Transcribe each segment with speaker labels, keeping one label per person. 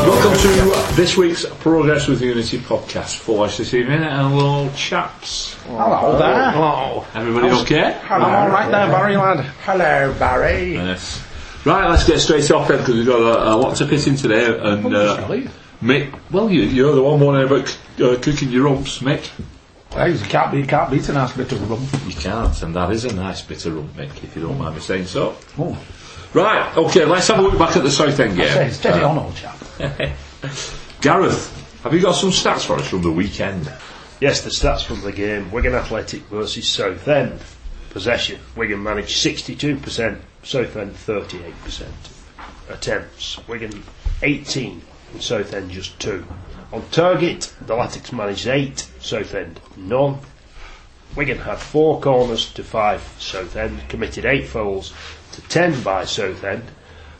Speaker 1: Welcome to this week's Progress with Unity podcast for us this evening, and we're all chaps.
Speaker 2: Hello Oh, there.
Speaker 1: Hello. Everybody okay?
Speaker 2: I'm all right there, Barry lad. Hello, Barry.
Speaker 1: Yes. Right, let's get straight off then because we've got a, a lot to pit in today. And uh, Mick, well, you, you're the one warning about c- uh, cooking your rumps, Mick.
Speaker 2: Hey, you can't, be, you can't beat a nice bit of rum.
Speaker 1: You can't, and that is a nice bit of rump, Mick, if you don't mind me saying so.
Speaker 2: Oh,
Speaker 1: Right, okay, let's have a look back at the South End
Speaker 2: yeah.
Speaker 1: game. Uh,
Speaker 3: Uh,
Speaker 2: steady on, old chap.
Speaker 1: Gareth, have you got some stats for us from the weekend?
Speaker 4: Yes, the stats from the game Wigan Athletic versus Southend. Possession Wigan managed 62%, Southend 38%. Attempts Wigan 18 and Southend just 2. On target, the Latics managed 8, Southend none. Wigan had 4 corners to 5 Southend, committed 8 fouls to 10 by Southend.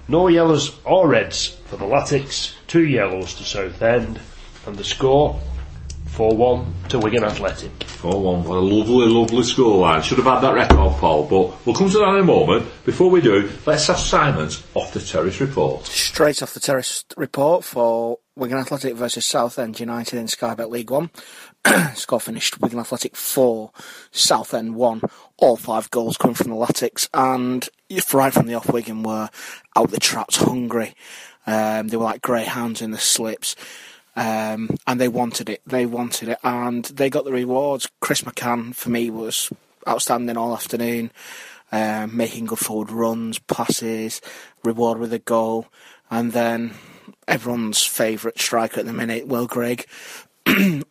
Speaker 4: No yellows or reds for the Latics, 2 yellows to Southend, and the score 4 1 to Wigan Athletic.
Speaker 1: 4 1, what a lovely, lovely scoreline. Should have had that record, Paul, but we'll come to that in a moment. Before we do, let's have Simon's off the terrace report.
Speaker 5: Straight off the terrace report for Wigan Athletic versus Southend United in Sky Bet League One. Score finished Wigan Athletic 4, Southend 1. All five goals coming from the Latics, and if right from the off, Wigan were out the traps hungry. Um, they were like greyhounds in the slips. Um, and they wanted it. They wanted it, and they got the rewards. Chris McCann, for me, was outstanding all afternoon, um, making good forward runs, passes, reward with a goal, and then everyone's favourite striker at the minute, Will Grigg,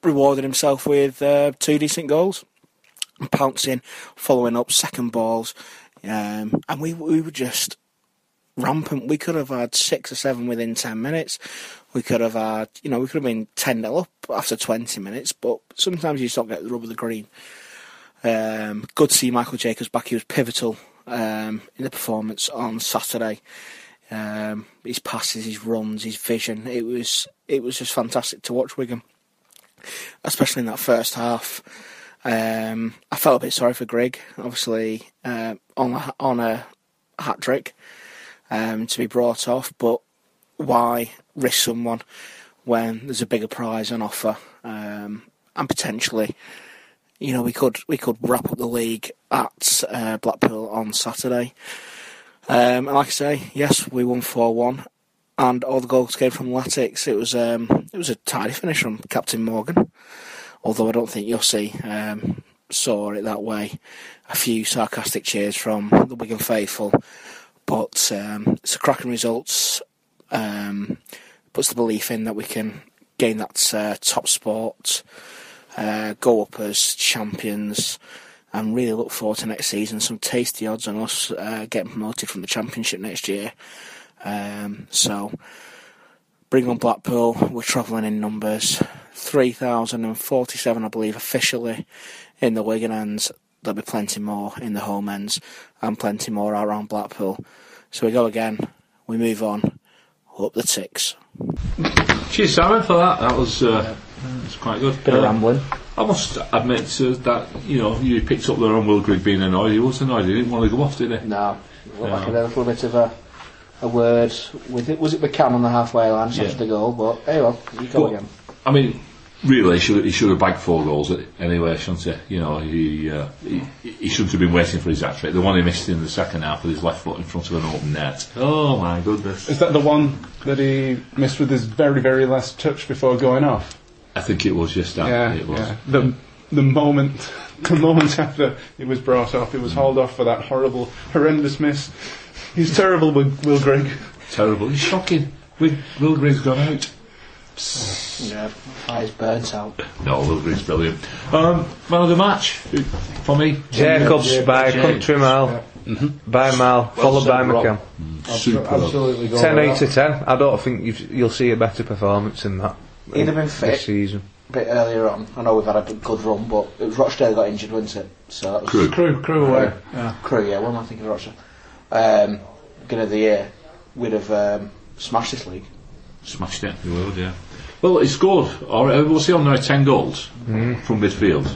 Speaker 5: rewarded himself with uh, two decent goals pouncing, following up second balls, um, and we we were just rampant. We could have had six or seven within ten minutes. We could have had you know we could have been ten 0 up after twenty minutes, but sometimes you just don't get the rub of the green. Um, good to see Michael Jacobs back. He was pivotal um, in the performance on Saturday. Um, his passes, his runs, his vision. It was it was just fantastic to watch Wigan especially in that first half. Um, I felt a bit sorry for Grigg, obviously uh, on a, on a hat trick um, to be brought off, but why risk someone when there's a bigger prize on offer um, and potentially, you know, we could we could wrap up the league at uh, Blackpool on Saturday. Um, and like I say, yes, we won four one, and all the goals came from Latics. It was um, it was a tidy finish from Captain Morgan, although I don't think Yossi um, saw it that way. A few sarcastic cheers from the Wigan faithful, but um, it's a cracking result. Um, puts the belief in that we can gain that uh, top spot, uh, go up as champions. And really look forward to next season. Some tasty odds on us uh, getting promoted from the championship next year. Um, so, bring on Blackpool. We're travelling in numbers. 3,047, I believe, officially in the Wigan ends. There'll be plenty more in the home ends and plenty more out around Blackpool. So we go again. We move on. Up the ticks.
Speaker 1: Cheers, Simon, for that. That was, uh, that was quite good.
Speaker 6: Bit
Speaker 1: Uh,
Speaker 6: of rambling.
Speaker 1: I must admit uh, that, you know, you picked up there on Will Grigg being annoyed. He was annoyed. He didn't want to go off, did he?
Speaker 6: No, it looked like a little bit of a a word with it. Was it McCann on the halfway line? Such
Speaker 1: Yeah.
Speaker 6: the goal, but hey, well, you go
Speaker 1: But,
Speaker 6: again.
Speaker 1: I mean, really, he should, he should have bagged four goals anyway, shouldn't he? You know, he, uh, he he shouldn't have been waiting for his hat trick. The one he missed in the second half with his left foot in front of an open net. Oh my goodness!
Speaker 3: Is that the one that he missed with his very, very last touch before going off?
Speaker 1: I think it was just that.
Speaker 2: Ah,
Speaker 3: yeah,
Speaker 1: it was.
Speaker 3: yeah. The the moment, the moment after it was brought off, it was hauled off for that horrible, horrendous miss. He's terrible, Will, Will Grigg.
Speaker 1: Terrible. It's shocking. Will, Will Griggs gone out.
Speaker 6: Yeah, eyes burnt out.
Speaker 1: No, Will Griggs brilliant. Um, man of the match for me.
Speaker 7: Jacobs by
Speaker 1: Jacobs.
Speaker 7: country mile, by mile, followed by
Speaker 1: said, Rob.
Speaker 7: McCann.
Speaker 1: Super.
Speaker 6: Mm-hmm. Absolutely
Speaker 7: Ten eight to ten. I don't think you've, you'll see a better performance than that.
Speaker 6: He'd have been
Speaker 7: this
Speaker 6: fit.
Speaker 7: season.
Speaker 6: A bit earlier on, I know we've had a bit good run, but it was Rochdale got injured, wasn't it? So that was
Speaker 1: Crew.
Speaker 3: Crew, crew away.
Speaker 6: Crew, yeah. What am I thinking of Rochdale? Um, beginning of the year, we'd have um, smashed this league.
Speaker 1: Smashed it. You would, yeah. Well, he scored. All right, what's he on now? Ten goals from midfield,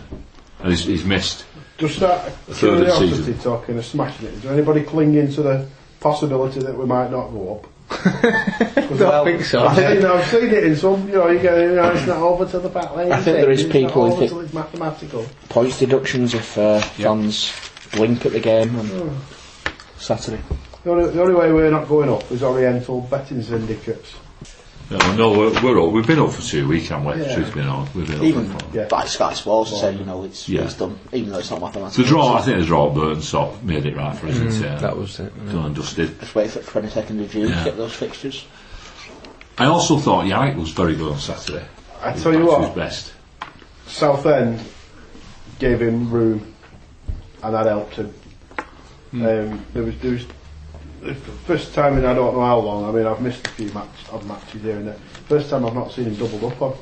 Speaker 1: and he's, he's missed.
Speaker 8: Just that
Speaker 1: third of the
Speaker 8: curiosity
Speaker 1: season.
Speaker 8: talking of smashing it. Is there anybody clinging to the possibility that we might not go up?
Speaker 7: I don't think so.
Speaker 8: I've seen, I've seen it in some, you know, you go, you know, it's not over to the back lane.
Speaker 5: I think there is
Speaker 8: it's
Speaker 5: people
Speaker 8: not
Speaker 5: who
Speaker 8: over
Speaker 5: think-
Speaker 8: till it's mathematical.
Speaker 5: Points deductions if uh, fans blink at the game on Saturday.
Speaker 8: The only, the only way we're not going up is Oriental betting syndicates.
Speaker 1: No, Uh, no, we're, we're all, we've been up for two weeks, haven't we?
Speaker 8: Yeah.
Speaker 1: Truth being on, we've been up
Speaker 5: Even
Speaker 1: for four.
Speaker 8: Yeah.
Speaker 5: by Sky Sports to say, you know, it's,
Speaker 1: Yeah.
Speaker 5: it's done, even though it's not mathematical.
Speaker 1: The draw, I think the draw, Burns sort of made it right for us. Mm,
Speaker 7: That was it.
Speaker 1: done and dusted.
Speaker 5: Just wait for 22nd of June
Speaker 1: Yeah.
Speaker 5: to get those fixtures.
Speaker 1: I also thought Yannick was very good on Saturday.
Speaker 8: I
Speaker 1: He was
Speaker 8: tell you
Speaker 1: back to
Speaker 8: what,
Speaker 1: his best.
Speaker 8: Southend gave him room, and that helped him.
Speaker 9: Hmm.
Speaker 8: Um, there was, there was the first time in I don't know how long. I mean, I've missed a few match, odd matches here and there. First time I've not seen him doubled up on.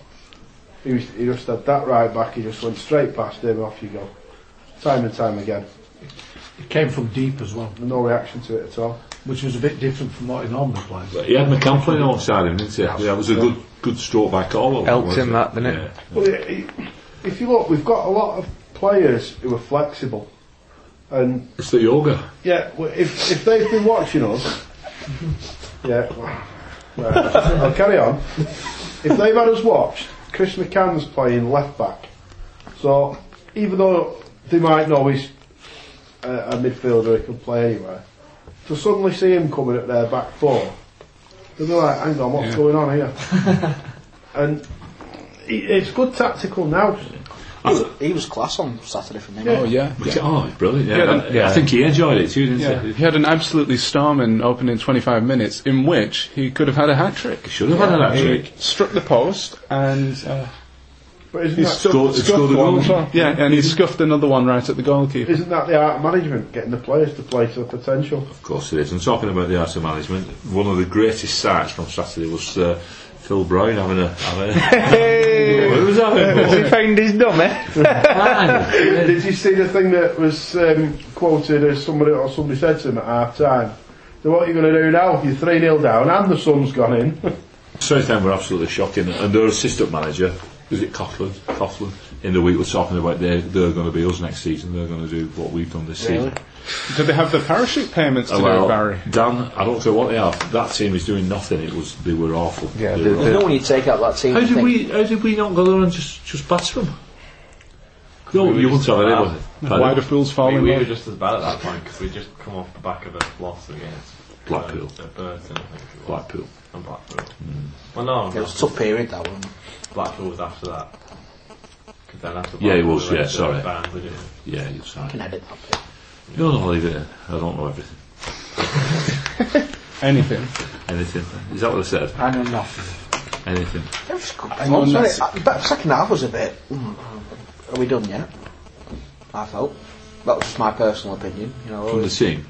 Speaker 8: He, was, he just had that right back. He just went straight past him. Off you go, time and time again.
Speaker 9: It came from deep as well,
Speaker 8: No reaction to it at all.
Speaker 9: which was a bit different from what he normally plays.
Speaker 1: But he had McCann playing alongside him, didn't he? That was a good, good stroke by Corwell.
Speaker 7: Helped
Speaker 1: wasn't
Speaker 7: him
Speaker 1: it?
Speaker 7: that, didn't it?
Speaker 8: Well, it, it, if you look, we've got a lot of players who are flexible, and
Speaker 1: It's the yoga.
Speaker 8: Yeah, well, if, if they've been watching us, yeah, well, well, I'll carry on. If they've had us watched, Chris McCann's playing left back. So even though they might know he's a, a midfielder who can play anywhere, to suddenly see him coming at their back four, they'll be like, hang on, what's going on here? and it, it's good tactical now.
Speaker 5: He was, he was class on Saturday for me.
Speaker 3: Oh, yeah.
Speaker 1: Which, Oh, it's brilliant. Yeah,
Speaker 3: Yeah,
Speaker 1: that- I think he enjoyed it too, didn't
Speaker 3: Yeah.
Speaker 1: he?
Speaker 3: He had an absolutely storming opening 25 minutes in which he could have had a hat trick.
Speaker 1: He should have had an hat trick.
Speaker 3: Struck the post and uh,
Speaker 8: But isn't
Speaker 3: he
Speaker 8: that,
Speaker 3: scuffed,
Speaker 1: scored-
Speaker 3: scuffed
Speaker 1: scored a
Speaker 3: one
Speaker 1: goal.
Speaker 3: as well. Yeah, and he scuffed another one right at the goalkeeper.
Speaker 8: isn't that the art of management, getting the players to play to their potential?
Speaker 1: Of course it is. And talking about the art of management, one of the greatest sights from Saturday was uh, Phil Brown having a. Having a Who was having a
Speaker 7: found his dummy?
Speaker 8: Did you see the thing that was um, quoted as somebody or somebody said to him at half time? So what are you going to do now? You're 3 0 down and the sun's gone in.
Speaker 1: Southend were absolutely shocking. And their assistant manager, was it Coughlin? Coughlin, in the week was talking about they're, they're going to be us next season, they're going to do what we've done this season.
Speaker 3: Did they have the parachute payments to
Speaker 1: Oh,
Speaker 3: do,
Speaker 1: well,
Speaker 3: Barry?
Speaker 1: Dan, I don't care what they are. That team is doing nothing. It was they were awful.
Speaker 7: Yeah,
Speaker 1: They
Speaker 7: they-
Speaker 1: were-
Speaker 5: There's no one you take out that team.
Speaker 1: how
Speaker 5: I
Speaker 1: did
Speaker 5: think.
Speaker 1: we? How did we not go there and just just batter them? No, you wouldn't have it. Was it?
Speaker 3: Why do fools fall
Speaker 10: I mean,
Speaker 3: in
Speaker 10: we were
Speaker 3: love?
Speaker 10: just as bad at that point because we just come off the back of a loss against
Speaker 1: Blackpool.
Speaker 10: Uh, Burton, I think it was.
Speaker 1: Blackpool.
Speaker 10: And Blackpool.
Speaker 1: Mm.
Speaker 10: Well, no,
Speaker 5: It was a tough period, that one.
Speaker 10: Blackpool was after that. 'Cause then after
Speaker 1: Yeah, it
Speaker 10: Blackpool,
Speaker 1: was,
Speaker 10: we
Speaker 1: yeah,
Speaker 10: went to
Speaker 1: sorry.
Speaker 10: Barnsley, didn't we?
Speaker 1: Yeah, you're sorry.
Speaker 5: Can edit that bit.
Speaker 1: No, no, leave it. in. I don't know everything.
Speaker 3: Anything.
Speaker 1: Anything. Is that what I said?
Speaker 5: I know nothing.
Speaker 1: Anything.
Speaker 5: It was good.
Speaker 3: know
Speaker 5: wasn't it?
Speaker 3: nothing.
Speaker 5: Uh, That second half was a bit. mm, Are we done yet? I felt. That was just my personal opinion. You know,
Speaker 1: From the team.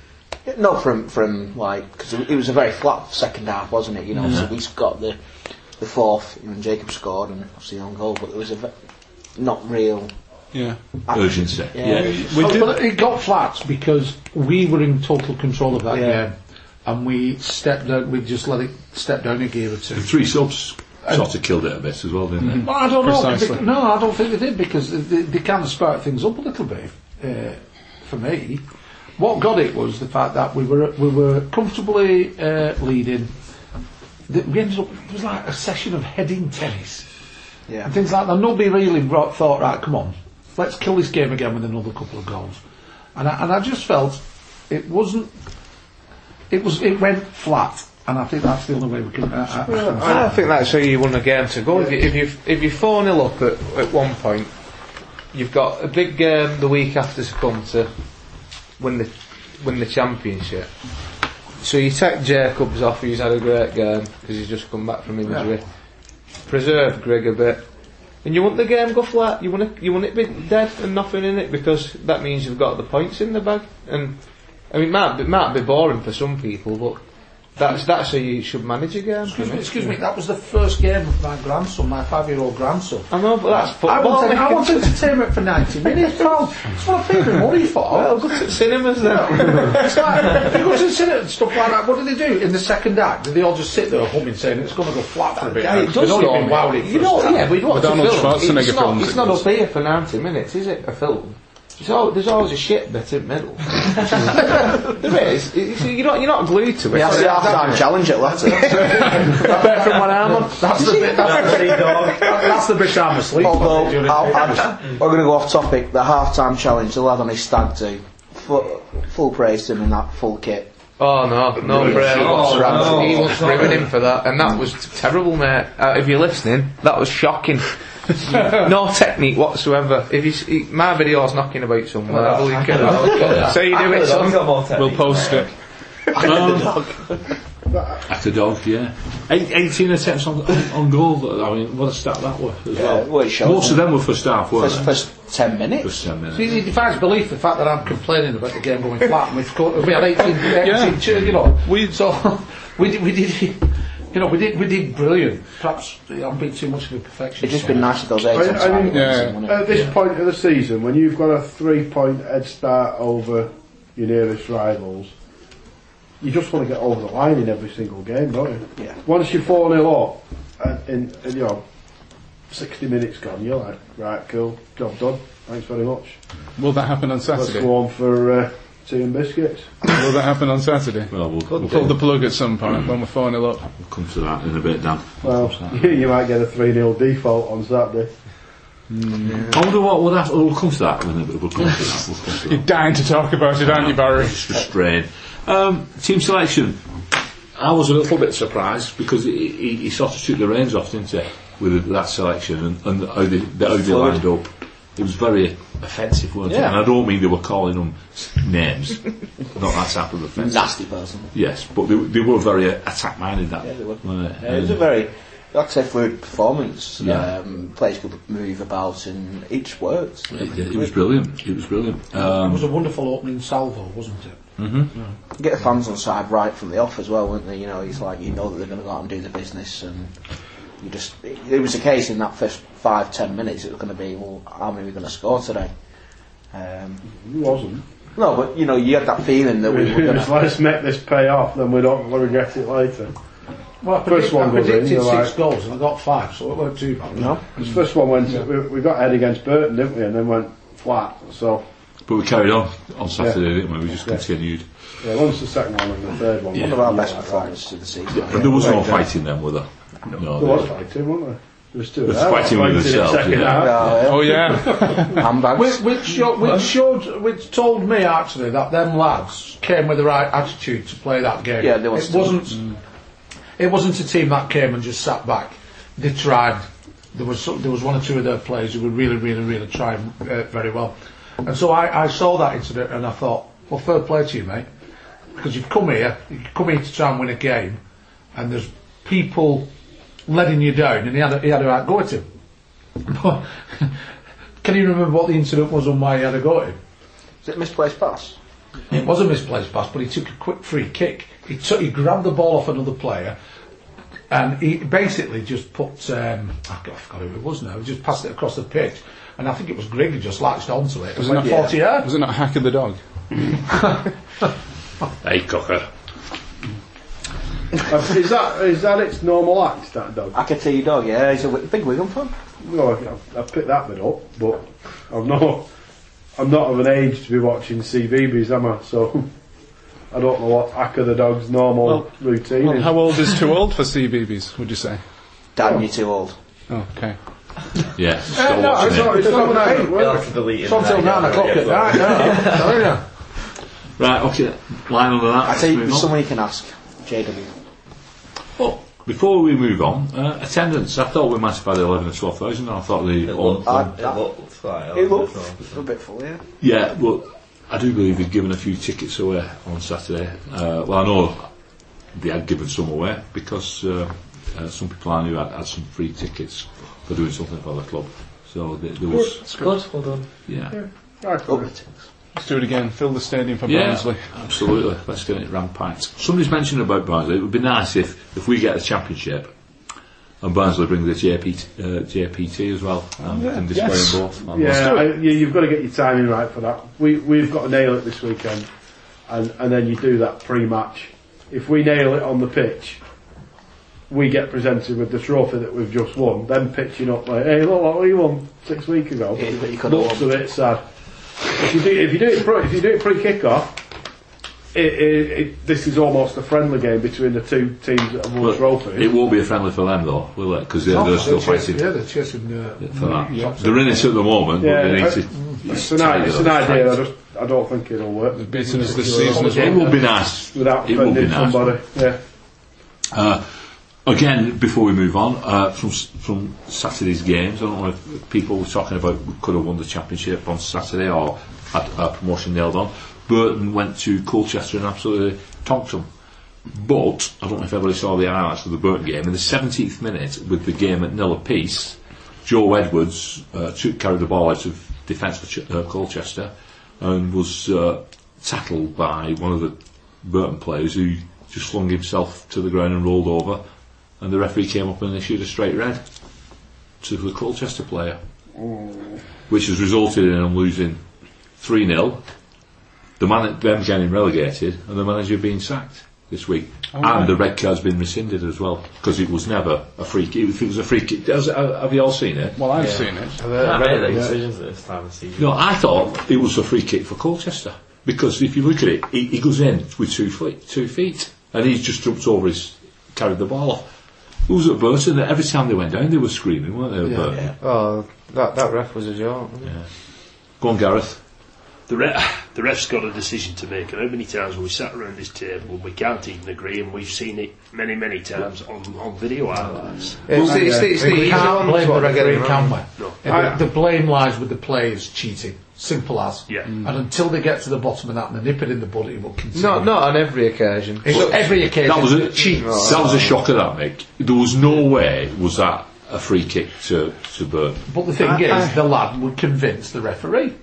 Speaker 5: No, from from like because it was a very flat second half, wasn't it? You know, so we got the the fourth, you know, and Jacob scored, and obviously on goal, but there was a ve- not real.
Speaker 3: Yeah.
Speaker 5: action.
Speaker 1: Urgency. Yeah.
Speaker 3: We
Speaker 9: Oh,
Speaker 3: did-
Speaker 9: but it got flat because we were in total control of that
Speaker 5: Yeah.
Speaker 9: game, and we stepped down. We just let it step down a gear or two.
Speaker 1: The three subs sort of killed it a bit as well, didn't they?
Speaker 9: Well, I don't know.
Speaker 3: Precisely.
Speaker 9: Bec- No, I don't think they did because they, they, they kind of sparked things up a little bit. Uh, for me, what got it was the fact that we were we were comfortably uh, leading. The- We ended up it was like a session of heading tennis
Speaker 5: Yeah.
Speaker 9: and things like that. Nobody really brought, thought, right, come on, let's kill this game again with another couple of goals. And I, and I just felt it wasn't. It was it went flat, and I think that's the only way we can. I, I, I-
Speaker 7: I think that's how you won a game to go. If, you, if, you, if you're 4 0 up at, at one point, you've got a big game the week after to come to win the, win the championship. So you take Jacobs off, who's had a great game because he's just come back from injury. Preserve Greg a bit. And you want the game go flat. You want it, you want it big, dead and nothing in it because that means you've got the points in the bag. And I mean, it might be, might be boring for some people, but that's that's how you should manage a game.
Speaker 9: Excuse me, excuse me, that was the first game of my grandson, my five-year-old grandson.
Speaker 7: I know, but that's
Speaker 9: I
Speaker 7: football.
Speaker 9: want, I want entertainment for 90 minutes, pal. It's my favourite money for.
Speaker 7: Well, go to cinemas then.
Speaker 9: it's like, you go to the cinema and stuff like that, what do they do in the second act? Do they all just sit there humming saying it's going to go flat for a bit?
Speaker 7: Yeah, it
Speaker 9: They've
Speaker 7: does
Speaker 9: only
Speaker 7: though.
Speaker 9: been wowed in
Speaker 7: You
Speaker 9: first
Speaker 7: know,
Speaker 9: half.
Speaker 7: yeah, but you watch
Speaker 3: The
Speaker 7: a
Speaker 3: Donald
Speaker 7: film.
Speaker 3: Schwarzenegger
Speaker 7: It's not,
Speaker 3: films
Speaker 7: it's
Speaker 3: it
Speaker 7: not
Speaker 3: was.
Speaker 7: up here for 90 minutes, is it? A film. It's al there's always a shit bit in the middle. there is. It's, you're, not, you're not glued to it.
Speaker 5: That's the half time
Speaker 7: Exactly.
Speaker 5: challenge at Leicester.
Speaker 7: Apart from one arm on.
Speaker 8: That's the bit. That's the big dog. That's the bit I'm asleep. on.
Speaker 5: Although, I'll add, we're going to go off topic. The half time challenge, the lad on his stag do. Full, full praise to him in that full kit.
Speaker 7: Oh no, no,
Speaker 5: Really?
Speaker 7: Brett.
Speaker 5: Oh, no.
Speaker 7: He was ribbing him for that, and that was terrible, mate. Uh, if you're listening, that was shocking. no technique whatsoever. If you see, my video's knocking about somewhere, have a look at that. So you do it. son.
Speaker 10: We'll post it.
Speaker 1: Um, At a dog, yeah. Eight, 18 attempts on, on, on goal. I mean, what a stat that was as well.
Speaker 5: well, it shows
Speaker 1: Most of
Speaker 5: them.
Speaker 1: them were first half, weren't
Speaker 5: First,
Speaker 1: they?
Speaker 5: first 10 minutes.
Speaker 1: First 10 minutes.
Speaker 9: See, it defies belief the fact that I'm complaining about the game going flat. and We've scored, we had 18, 18 you know. We, so we did, we did, you know, we did, we did brilliant. Perhaps I'm being too much of a perfectionist.
Speaker 5: It'd just been nice if those 8
Speaker 8: I,
Speaker 5: times.
Speaker 8: I mean,
Speaker 5: wouldn't
Speaker 8: at
Speaker 5: it?
Speaker 8: this point of the season, when you've got a three-point head start over your nearest rivals, you just want to get over the line in every single game, don't you?
Speaker 5: Yeah.
Speaker 8: Once you're four 0 up, and, and, and you know, sixty minutes gone, you're like, right, cool, job done. Thanks very much.
Speaker 3: Will that happen on
Speaker 8: Let's
Speaker 3: Saturday?
Speaker 8: go on for uh, tea and biscuits.
Speaker 3: Will that happen on Saturday?
Speaker 1: Well, we'll, we'll,
Speaker 3: We'll pull the plug at some point when we're 4 0 up.
Speaker 1: come to that in a bit, Dan.
Speaker 8: Well, you might get a three 0 default on Saturday.
Speaker 1: I wonder what would happen. We'll come to that in a bit. We'll come to that. We'll come to that.
Speaker 3: You're dying to talk about it, aren't you, Barry?
Speaker 1: just restrained. Um, team selection. I was a little bit surprised because he, he, he sort of took the reins off, didn't he, with that selection and, and how they, the, how they lined up. It was very offensive, wasn't it?
Speaker 5: Yeah.
Speaker 1: And I don't mean they were calling them names. Not that type of offensive.
Speaker 5: Nasty person.
Speaker 1: Yes, but they, they were very uh, attack minded that.
Speaker 5: Yeah, they were.
Speaker 1: weren't they?
Speaker 5: Yeah, it was a very, like I say, fluid performance.
Speaker 1: Yeah.
Speaker 5: Um, players could move about and it just worked.
Speaker 1: It- it was brilliant. It was brilliant. Um,
Speaker 9: It was a wonderful opening salvo, wasn't it?
Speaker 5: Get the fans on side right from the off as well, weren't they? You know, it's like you know that they're going to go out and do the business, and you just it, it was a case in that first five ten minutes it was going to be well, how many are we going to score today? Um,
Speaker 8: It wasn't.
Speaker 5: no, but you know you had that feeling that we were going
Speaker 8: Just
Speaker 5: to.
Speaker 8: let us make this pay off, then we don't we'll regret it later.
Speaker 9: Well, I
Speaker 8: First
Speaker 9: predicted,
Speaker 8: one
Speaker 9: I
Speaker 8: goes in,
Speaker 9: predicted
Speaker 8: you're
Speaker 9: six
Speaker 8: like-
Speaker 9: goals and I got five, so it weren't too bad.
Speaker 5: No,
Speaker 8: This first one went. We, we got ahead against Burton, didn't we? And then went flat. So
Speaker 1: but we carried on on Saturday, didn't we? We just
Speaker 8: Yeah.
Speaker 1: continued.
Speaker 8: yeah, once the second one and the third one.
Speaker 5: one
Speaker 8: Yeah.
Speaker 5: of our best performances of the season.
Speaker 1: But there was no
Speaker 8: Right, yeah.
Speaker 1: fighting then, were there? No,
Speaker 8: There was fighting, wasn't there? There was two.
Speaker 1: There was
Speaker 8: halves.
Speaker 1: fighting with
Speaker 8: in the
Speaker 1: themselves,
Speaker 8: second
Speaker 1: yeah.
Speaker 8: half.
Speaker 5: No,
Speaker 3: Oh, yeah.
Speaker 5: yeah, handbags.
Speaker 9: Which, which, showed, which, showed, which told me actually that them lads came with the right attitude to play that game.
Speaker 5: Yeah, they was
Speaker 9: it
Speaker 5: still-
Speaker 9: wasn't. It wasn't a team that came and just sat back. They tried. There was some, there was one or two of their players who were really, really, really trying uh, very well. And so I, I saw that incident and I thought, well, fair play to you, mate, because you've come here, you've come here to try and win a game, and there's people letting you down, and he had a, he had a right go at him. But can you remember what the incident was on why he had a go at him?
Speaker 5: Is it misplaced pass?
Speaker 9: It was a misplaced pass, but he took a quick free kick. He took, he grabbed the ball off another player, and he basically just put. Um, I forgot I forgot who it was now. He just passed it across the pitch, and I think it was Grigg who just latched onto it. It was
Speaker 3: it
Speaker 9: like
Speaker 3: not-
Speaker 9: forty yards.
Speaker 3: Was it not Hack of the Dog?
Speaker 1: Hey, cocker.
Speaker 8: Uh, is that is that its normal act? That dog.
Speaker 5: Akati dog, yeah, he's a wi- big Wigan fan.
Speaker 8: No, I, I picked that bit up, but I'm not I'm not of an age to be watching CVBs, am I? So I don't know what hack of the dog's normal
Speaker 3: Well,
Speaker 8: routine is.
Speaker 3: How old is too old for CBBS, would you say?
Speaker 5: Damn, you're too old.
Speaker 3: Oh, okay.
Speaker 1: Yeah, still
Speaker 9: no,
Speaker 1: watching
Speaker 9: it's
Speaker 1: it.
Speaker 9: not- it's not nine
Speaker 10: We'll
Speaker 9: o'clock.
Speaker 10: have to delete it.
Speaker 9: It's not till nine o'clock at night. no. Sorry, no.
Speaker 1: Right, okay, line under that.
Speaker 5: I tell you,
Speaker 1: let's move
Speaker 5: there's
Speaker 1: on.
Speaker 5: someone you can ask. JW.
Speaker 1: Well, before we move on, uh, attendance. I thought we might have had 11 or 12,000. I thought the.
Speaker 10: looked,
Speaker 5: I-
Speaker 10: it looked like
Speaker 5: It looked a bit full, yeah.
Speaker 1: yeah, well, I do believe they'd given a few tickets away on Saturday. Uh, well, I know they had given some away because uh, uh, some people I knew had, had some free tickets for doing something for the club. So there, there was.
Speaker 10: It's good, well done.
Speaker 1: Yeah.
Speaker 5: Oh.
Speaker 3: Let's do it again. Fill the stadium for
Speaker 1: Yeah,
Speaker 3: Barnsley.
Speaker 1: absolutely. Let's get it rampant. Somebody's mentioned about Barnsley. It would be nice if, if we get a championship and Barnsley bring the JP, uh, JPT as well um, and display
Speaker 3: yes.
Speaker 1: them both. And
Speaker 8: Oh, Yeah, I, you, you've got to get your timing right for that. We we've got to nail it this weekend, and and then you do that pre-match. If we nail it on the pitch, we get presented with the trophy that we've just won. Then pitching up like, hey, look what we won six weeks ago.
Speaker 5: Yeah, but you could've
Speaker 8: Looks a
Speaker 5: won.
Speaker 8: bit sad. if you do if you do it pre, if you do it pre kickoff, it, it, it, this is almost a friendly game between the two teams that have won
Speaker 1: But
Speaker 8: trophy.
Speaker 1: it won't be a friendly for them though, will it? Because they're,
Speaker 9: Oh,
Speaker 1: they're still
Speaker 9: they're chasing-
Speaker 1: fighting
Speaker 9: Yeah, they're chasing. Uh,
Speaker 1: for that.
Speaker 9: yeah.
Speaker 1: They're in it at the moment,
Speaker 8: Yeah,
Speaker 1: but they
Speaker 8: I-
Speaker 1: need to.
Speaker 8: It's an, i- it's an idea. I just I don't think it'll work
Speaker 11: beaten us this season as
Speaker 1: It
Speaker 11: well.
Speaker 1: would be nice.
Speaker 8: without
Speaker 1: it would be
Speaker 8: offending
Speaker 1: nice.
Speaker 8: somebody. Yeah.
Speaker 1: Uh, again, before we move on uh, from s- from Saturday's games, I don't know if people were talking about we could have won the championship on Saturday or had a promotion nailed on. Burton went to Colchester and absolutely tonked them. But I don't know if everybody saw the highlights of the Burton game. In the 17th minute, with the game at nil apiece, Joe Edwards uh, took, carried the ball out of defence for Ch- uh, Colchester and was uh, tackled by one of the Burton players who just flung himself to the ground and rolled over. And the referee came up and issued a straight red to the Colchester player, which has resulted in them losing 3 0. The man, them getting relegated, and the manager being sacked this week. and the red card's been rescinded as well because it was never a free kick. If it was a free kick, has- have you all seen it?
Speaker 11: Well, I've seen it.
Speaker 10: Not really decisions at this time of season.
Speaker 1: No, I thought it was a free kick for Colchester because if you look at it, he, he goes in with two feet, two feet, and he's just jumped over his, carried the ball off. It was at Burton that every time they went down, they were screaming, weren't they? at Burton?
Speaker 7: Oh, that, that ref was a joke. wasn't it?
Speaker 1: Go on, Gareth.
Speaker 4: The, ref, the ref's got a decision to make, and how many times have we sat around this table and we can't even agree, and we've seen it many, many times on, on video highlights.
Speaker 7: It's, it's, it's, it's the
Speaker 9: we
Speaker 7: easy
Speaker 9: can't
Speaker 7: ones
Speaker 9: blame the
Speaker 7: what they're
Speaker 9: referee,
Speaker 7: getting
Speaker 9: can
Speaker 7: wrong.
Speaker 9: we?
Speaker 4: No.
Speaker 9: Uh, The the blame lies with the players cheating. Simple as.
Speaker 4: Yeah. Mm.
Speaker 9: And until they get to the bottom of that and they nip it in the bud, it will continue.
Speaker 7: Not, not on every occasion.
Speaker 9: It's every occasion
Speaker 1: That was a
Speaker 9: that cheats.
Speaker 1: That was a shocker, that Mick. There was no way was that a free kick to to Burton.
Speaker 9: But the thing
Speaker 1: I-
Speaker 9: is,
Speaker 1: I-
Speaker 9: the lad would convince the referee.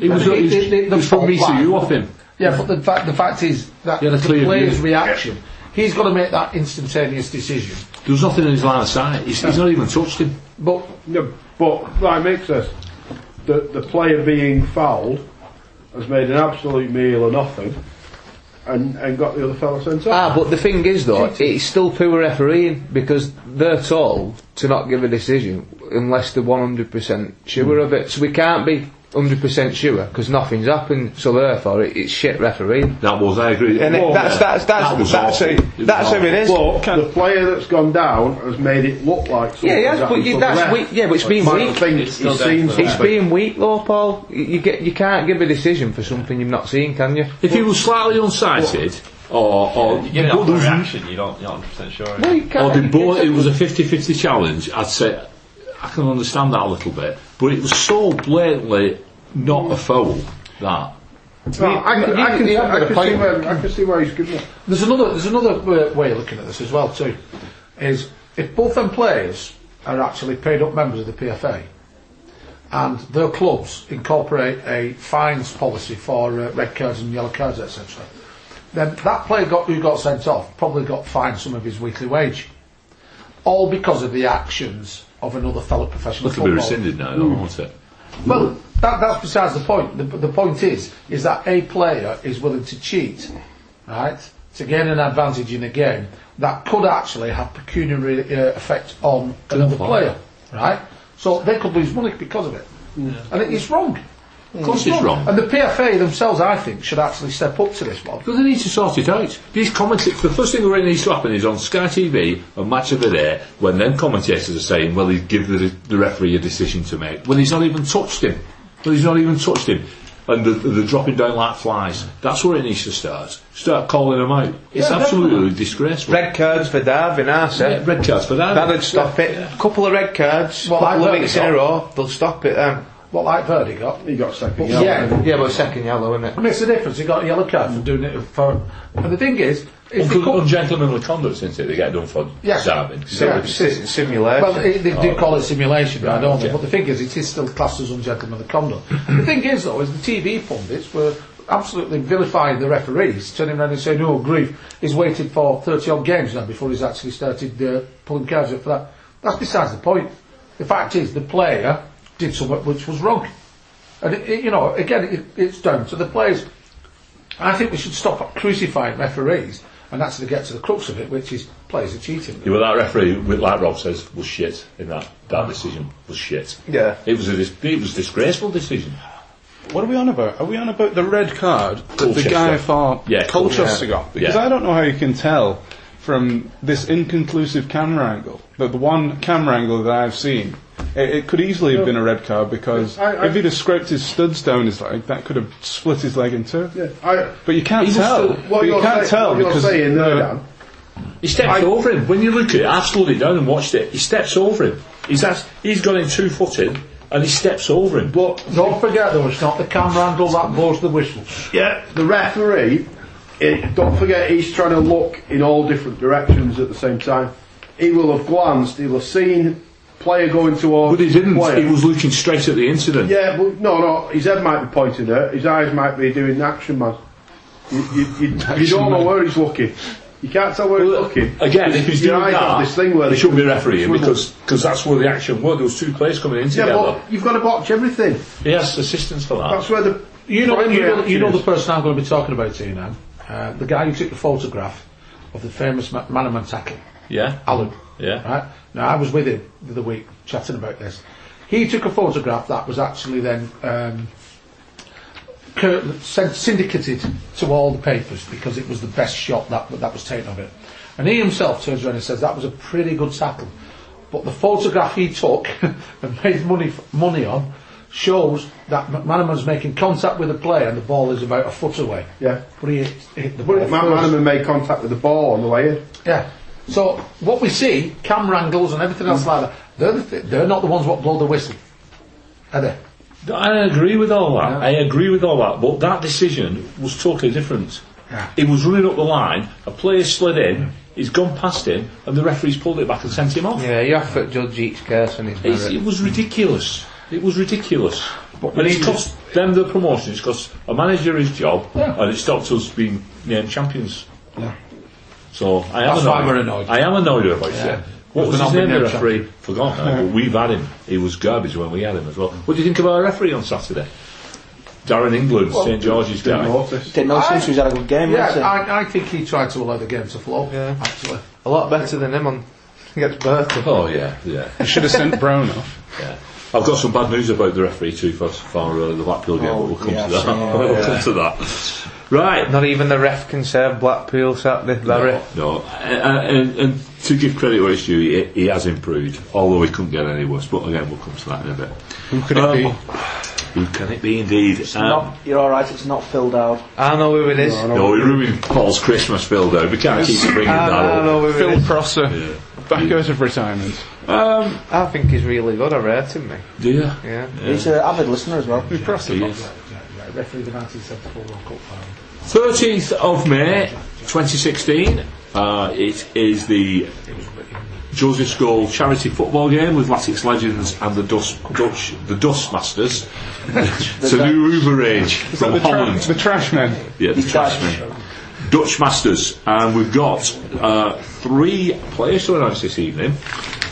Speaker 1: It was,
Speaker 9: But
Speaker 1: it was,
Speaker 9: it- it-
Speaker 1: it was
Speaker 9: the
Speaker 1: from me to
Speaker 9: fault
Speaker 1: you
Speaker 9: line-
Speaker 1: off him.
Speaker 9: Yeah, but the fact the fact is that
Speaker 1: He had a
Speaker 9: the
Speaker 1: clear
Speaker 9: player's
Speaker 1: view.
Speaker 9: reaction. He's got to make that instantaneous decision.
Speaker 1: There was nothing in his line of sight. He's, he's not even touched him.
Speaker 9: But
Speaker 8: No, but that makes us the the player being fouled has made an absolute meal of nothing, and and got the other fella sent off.
Speaker 7: Ah, but the thing is, though, it's still poor refereeing because they're told to not give a decision unless they're 100% sure of it. So we can't be 100% sure because nothing's happened. So therefore, it, it's shit refereeing.
Speaker 1: That was, I agree.
Speaker 7: And it-
Speaker 1: Well,
Speaker 7: that's that's
Speaker 1: that
Speaker 7: that's
Speaker 1: was
Speaker 7: that's
Speaker 1: awful.
Speaker 7: how,
Speaker 1: It was
Speaker 7: that's how
Speaker 1: awful.
Speaker 7: it is.
Speaker 8: But the player that's gone down has made it look like something.
Speaker 7: Yeah, yeah, but you- that's weak- yeah, but it's been weak.
Speaker 8: It's he's seen
Speaker 7: It's
Speaker 8: something.
Speaker 7: being weak, though, Paul. You- You get you can't give a decision for something you've not seen, can you?
Speaker 1: If he was slightly unsighted, or, or
Speaker 10: You get it off the reaction, you don't, you're not 100% sure.
Speaker 7: Well, you
Speaker 1: or
Speaker 7: can't.
Speaker 1: they both, it was a 50-50 challenge, I'd say I can understand that a little bit, but it was so blatantly not a foul that
Speaker 8: No, I can- I can
Speaker 7: you-
Speaker 8: see
Speaker 7: you have
Speaker 8: I
Speaker 7: got a
Speaker 8: can see
Speaker 7: point.
Speaker 8: where I can see where he's given it.
Speaker 9: There's another there's another uh, way of looking at this as well too, is if both them players are actually paid up members of the PFA, and their clubs incorporate a fines policy for uh, red cards and yellow cards etc, then that player got who got sent off probably got fined some of his weekly wage, all because of the actions of another fellow professional
Speaker 1: it'll be
Speaker 9: footballer.
Speaker 1: rescinded now, though, won't it?
Speaker 9: Well, that, that's besides the point. The, the point is, is that a player is willing to cheat, right, to gain an advantage in a game that could actually have pecuniary uh, effect on another
Speaker 1: player.
Speaker 9: player, right? So they could lose money because of it, and it is wrong. Of
Speaker 1: course it's wrong.
Speaker 9: And the PFA themselves, I think, should actually step up to this one.
Speaker 1: Because they need to sort it out. These commentators, the first thing that really needs to happen is on Sky TV and Match of the Day, when then commentators are saying, well, he give the, the referee a decision to make, when he's not even touched him. When he's not even touched him. And the, the dropping down like flies. That's where it needs to start. Start calling them out. It's
Speaker 9: Yeah,
Speaker 1: absolutely disgraceful.
Speaker 7: Red cards for Darwin, I said.
Speaker 1: Yeah, red cards for that.
Speaker 7: That'd stop it. Couple of red cards,
Speaker 9: Well,
Speaker 7: couple
Speaker 9: I've
Speaker 7: of
Speaker 9: heard
Speaker 7: weeks
Speaker 9: it
Speaker 7: in a
Speaker 9: all.
Speaker 7: row, they'll stop it then.
Speaker 9: What like Verdi got?
Speaker 8: He got second.
Speaker 9: Yeah.
Speaker 7: Yeah, yeah, but second yellow, isn't
Speaker 9: It
Speaker 7: it?
Speaker 9: makes a difference. He got a yellow card for doing it for. And the thing is, if he
Speaker 1: Uncle-
Speaker 9: could,
Speaker 1: Ungentlemanly conduct, isn't it? They get done for
Speaker 9: Yes.
Speaker 1: starving.
Speaker 9: Yeah.
Speaker 7: Si- simulation.
Speaker 9: Well, they, they do call it simulation, I don't
Speaker 1: okay.
Speaker 9: they? But the thing is, it is still classed as ungentlemanly conduct. the thing is, though, is the TV pundits were absolutely vilifying the referees, turning around and saying, "Oh, grief, he's waited for thirty odd games now before he's actually started uh, pulling cards up for that." That's besides the point. The fact is, the player did something which was wrong, and it, it, you know, again, it, it's down to the players. I think we should stop crucifying referees and actually get to the crux of it, which is players are cheating.
Speaker 1: Yeah, well, that referee, with- like Rob says, was shit in that. That decision was shit.
Speaker 7: Yeah.
Speaker 1: It was a dis- it was a disgraceful decision.
Speaker 3: What are we on about? Are we on about the red card that the
Speaker 1: Colchester.
Speaker 3: guy for
Speaker 1: Yeah,
Speaker 3: Colchester
Speaker 1: Colchester.
Speaker 3: got? Because
Speaker 1: Yeah.
Speaker 3: I don't know how you can tell from this inconclusive camera angle that the one camera angle that I've seen, it, it could easily have been a red card because
Speaker 8: I- I-
Speaker 3: if he'd have scraped his studs down his leg, that could have split his leg in two.
Speaker 8: Yeah, I,
Speaker 3: But you can't
Speaker 8: He's
Speaker 3: tell.
Speaker 8: still-
Speaker 3: But
Speaker 8: what
Speaker 3: you
Speaker 8: you're
Speaker 3: can't
Speaker 8: say-
Speaker 3: tell
Speaker 8: what you're
Speaker 3: because
Speaker 8: saying there,
Speaker 3: the-
Speaker 8: Dan,
Speaker 1: He steps over him. When you look at it, I've slowed it down and watched it. He steps over him. He's asked, he's got him two footed and he steps over him.
Speaker 9: But don't forget, though, it's not the camera angle that blows the whistle.
Speaker 8: Yeah, the referee. It, don't forget, he's trying to look in all different directions at the same time. He will have glanced. He'll have seen player going towards.
Speaker 1: But he didn't.
Speaker 8: Player.
Speaker 1: He was looking straight at the incident.
Speaker 8: Yeah, but no, no. His head might be pointing at. His eyes might be doing the action man. You, you, you, you don't know where he's looking. You can't tell where
Speaker 1: Well,
Speaker 8: he's looking.
Speaker 1: Again, if he's
Speaker 8: Your
Speaker 1: doing
Speaker 8: eyes have
Speaker 1: that,
Speaker 8: this thing where
Speaker 1: he
Speaker 8: they
Speaker 1: shouldn't be refereeing
Speaker 8: swivel.
Speaker 1: because cause that's where the action was. There was two players coming in
Speaker 8: yeah,
Speaker 1: together.
Speaker 8: but you've got to watch everything.
Speaker 1: he has assistance for that.
Speaker 8: That's where the
Speaker 9: You know,
Speaker 8: primary
Speaker 9: you know, you
Speaker 8: action
Speaker 9: know the
Speaker 8: is.
Speaker 9: person I'm going to be talking about here now. Uh, the guy who took the photograph of the famous Ma- Manaman tackle,
Speaker 1: Yeah.
Speaker 9: Alan.
Speaker 1: Yeah.
Speaker 9: Right? Now, I was with him the other week chatting about this. He took a photograph that was actually then um, cur- sent, syndicated to all the papers because it was the best shot that, that was taken of it. And he himself turns around and says, that was a pretty good tackle. But the photograph he took and made money, f- money on shows that McManaman's making contact with the player and the ball is about a foot away.
Speaker 8: Yeah.
Speaker 9: But he hit, hit the ball.
Speaker 8: But Matt
Speaker 9: first.
Speaker 8: Manaman made contact with the ball on the way in.
Speaker 9: Yeah. So what we see, camera angles and everything else like that, they're, the th- they're not the ones what blow the whistle, are they?
Speaker 1: I agree with all that.
Speaker 9: Yeah.
Speaker 1: I agree with all that. But that decision was totally different.
Speaker 9: Yeah.
Speaker 1: He was running up the line, a player slid in, he's gone past him, and the referee's pulled it back and sent him off.
Speaker 7: Yeah, you have to judge each case on his
Speaker 1: It's,
Speaker 7: merit.
Speaker 1: it was ridiculous. It was ridiculous. and it's cost them the promotion. It's cost a manager his job, and it stopped us being named champions. So I am
Speaker 9: That's
Speaker 1: annoyed.
Speaker 9: why we're annoyed.
Speaker 1: I am annoyed about it. What was
Speaker 9: We've
Speaker 1: his
Speaker 9: not been
Speaker 1: name? The
Speaker 9: named
Speaker 1: referee forgot. now, but we've had him. He was garbage when we had him as well. What do you think of our referee on Saturday? Darren England, St George's guy.
Speaker 5: Didn't know since he's had a good game,
Speaker 9: Yeah,
Speaker 5: has he?
Speaker 9: I, I think he tried to allow the game to flow, actually.
Speaker 7: A lot better than him on against Burton.
Speaker 1: Oh yeah, yeah,
Speaker 3: I should have sent Brown off.
Speaker 1: yeah. I've got some bad news about the referee too for, for uh, the Blackpool game, but we'll come
Speaker 9: Oh,
Speaker 5: yeah,
Speaker 1: to that.
Speaker 5: so,
Speaker 1: we'll come to that. Right,
Speaker 7: Not even the ref can serve Blackpool Saturday, Larry.
Speaker 1: No, and, and, and to give credit where it's due, he, he has improved, although he couldn't get any worse. But again, we'll come to that in a bit. Who
Speaker 3: could it be?
Speaker 1: Who can it be indeed? Um,
Speaker 5: Not, you're alright, it's not filled out.
Speaker 7: I know who it is.
Speaker 1: no, we ruined Paul's Christmas bill though. We can't keep bringing
Speaker 7: I,
Speaker 1: that
Speaker 7: I
Speaker 1: up.
Speaker 7: know who it
Speaker 3: Phil
Speaker 7: is.
Speaker 3: Prosser,
Speaker 1: Yeah.
Speaker 3: back out of retirement.
Speaker 1: Um,
Speaker 7: I think he's really good. I rate him, mate.
Speaker 1: do you?
Speaker 7: Yeah.
Speaker 5: He's an avid listener as well.
Speaker 1: He is.
Speaker 9: Yeah, referee the 1974 World Cup final.
Speaker 1: 13th of May 2016. Uh, it is the Joseph School charity football game with Latics Legends and the Dust, Dutch, the Dust Masters. it's a new Uberage from
Speaker 3: The, tra-
Speaker 1: Holland.
Speaker 3: the trash men.
Speaker 1: Yeah, the Trashmen. Dutch Masters. And we've got uh, three players to announce this evening.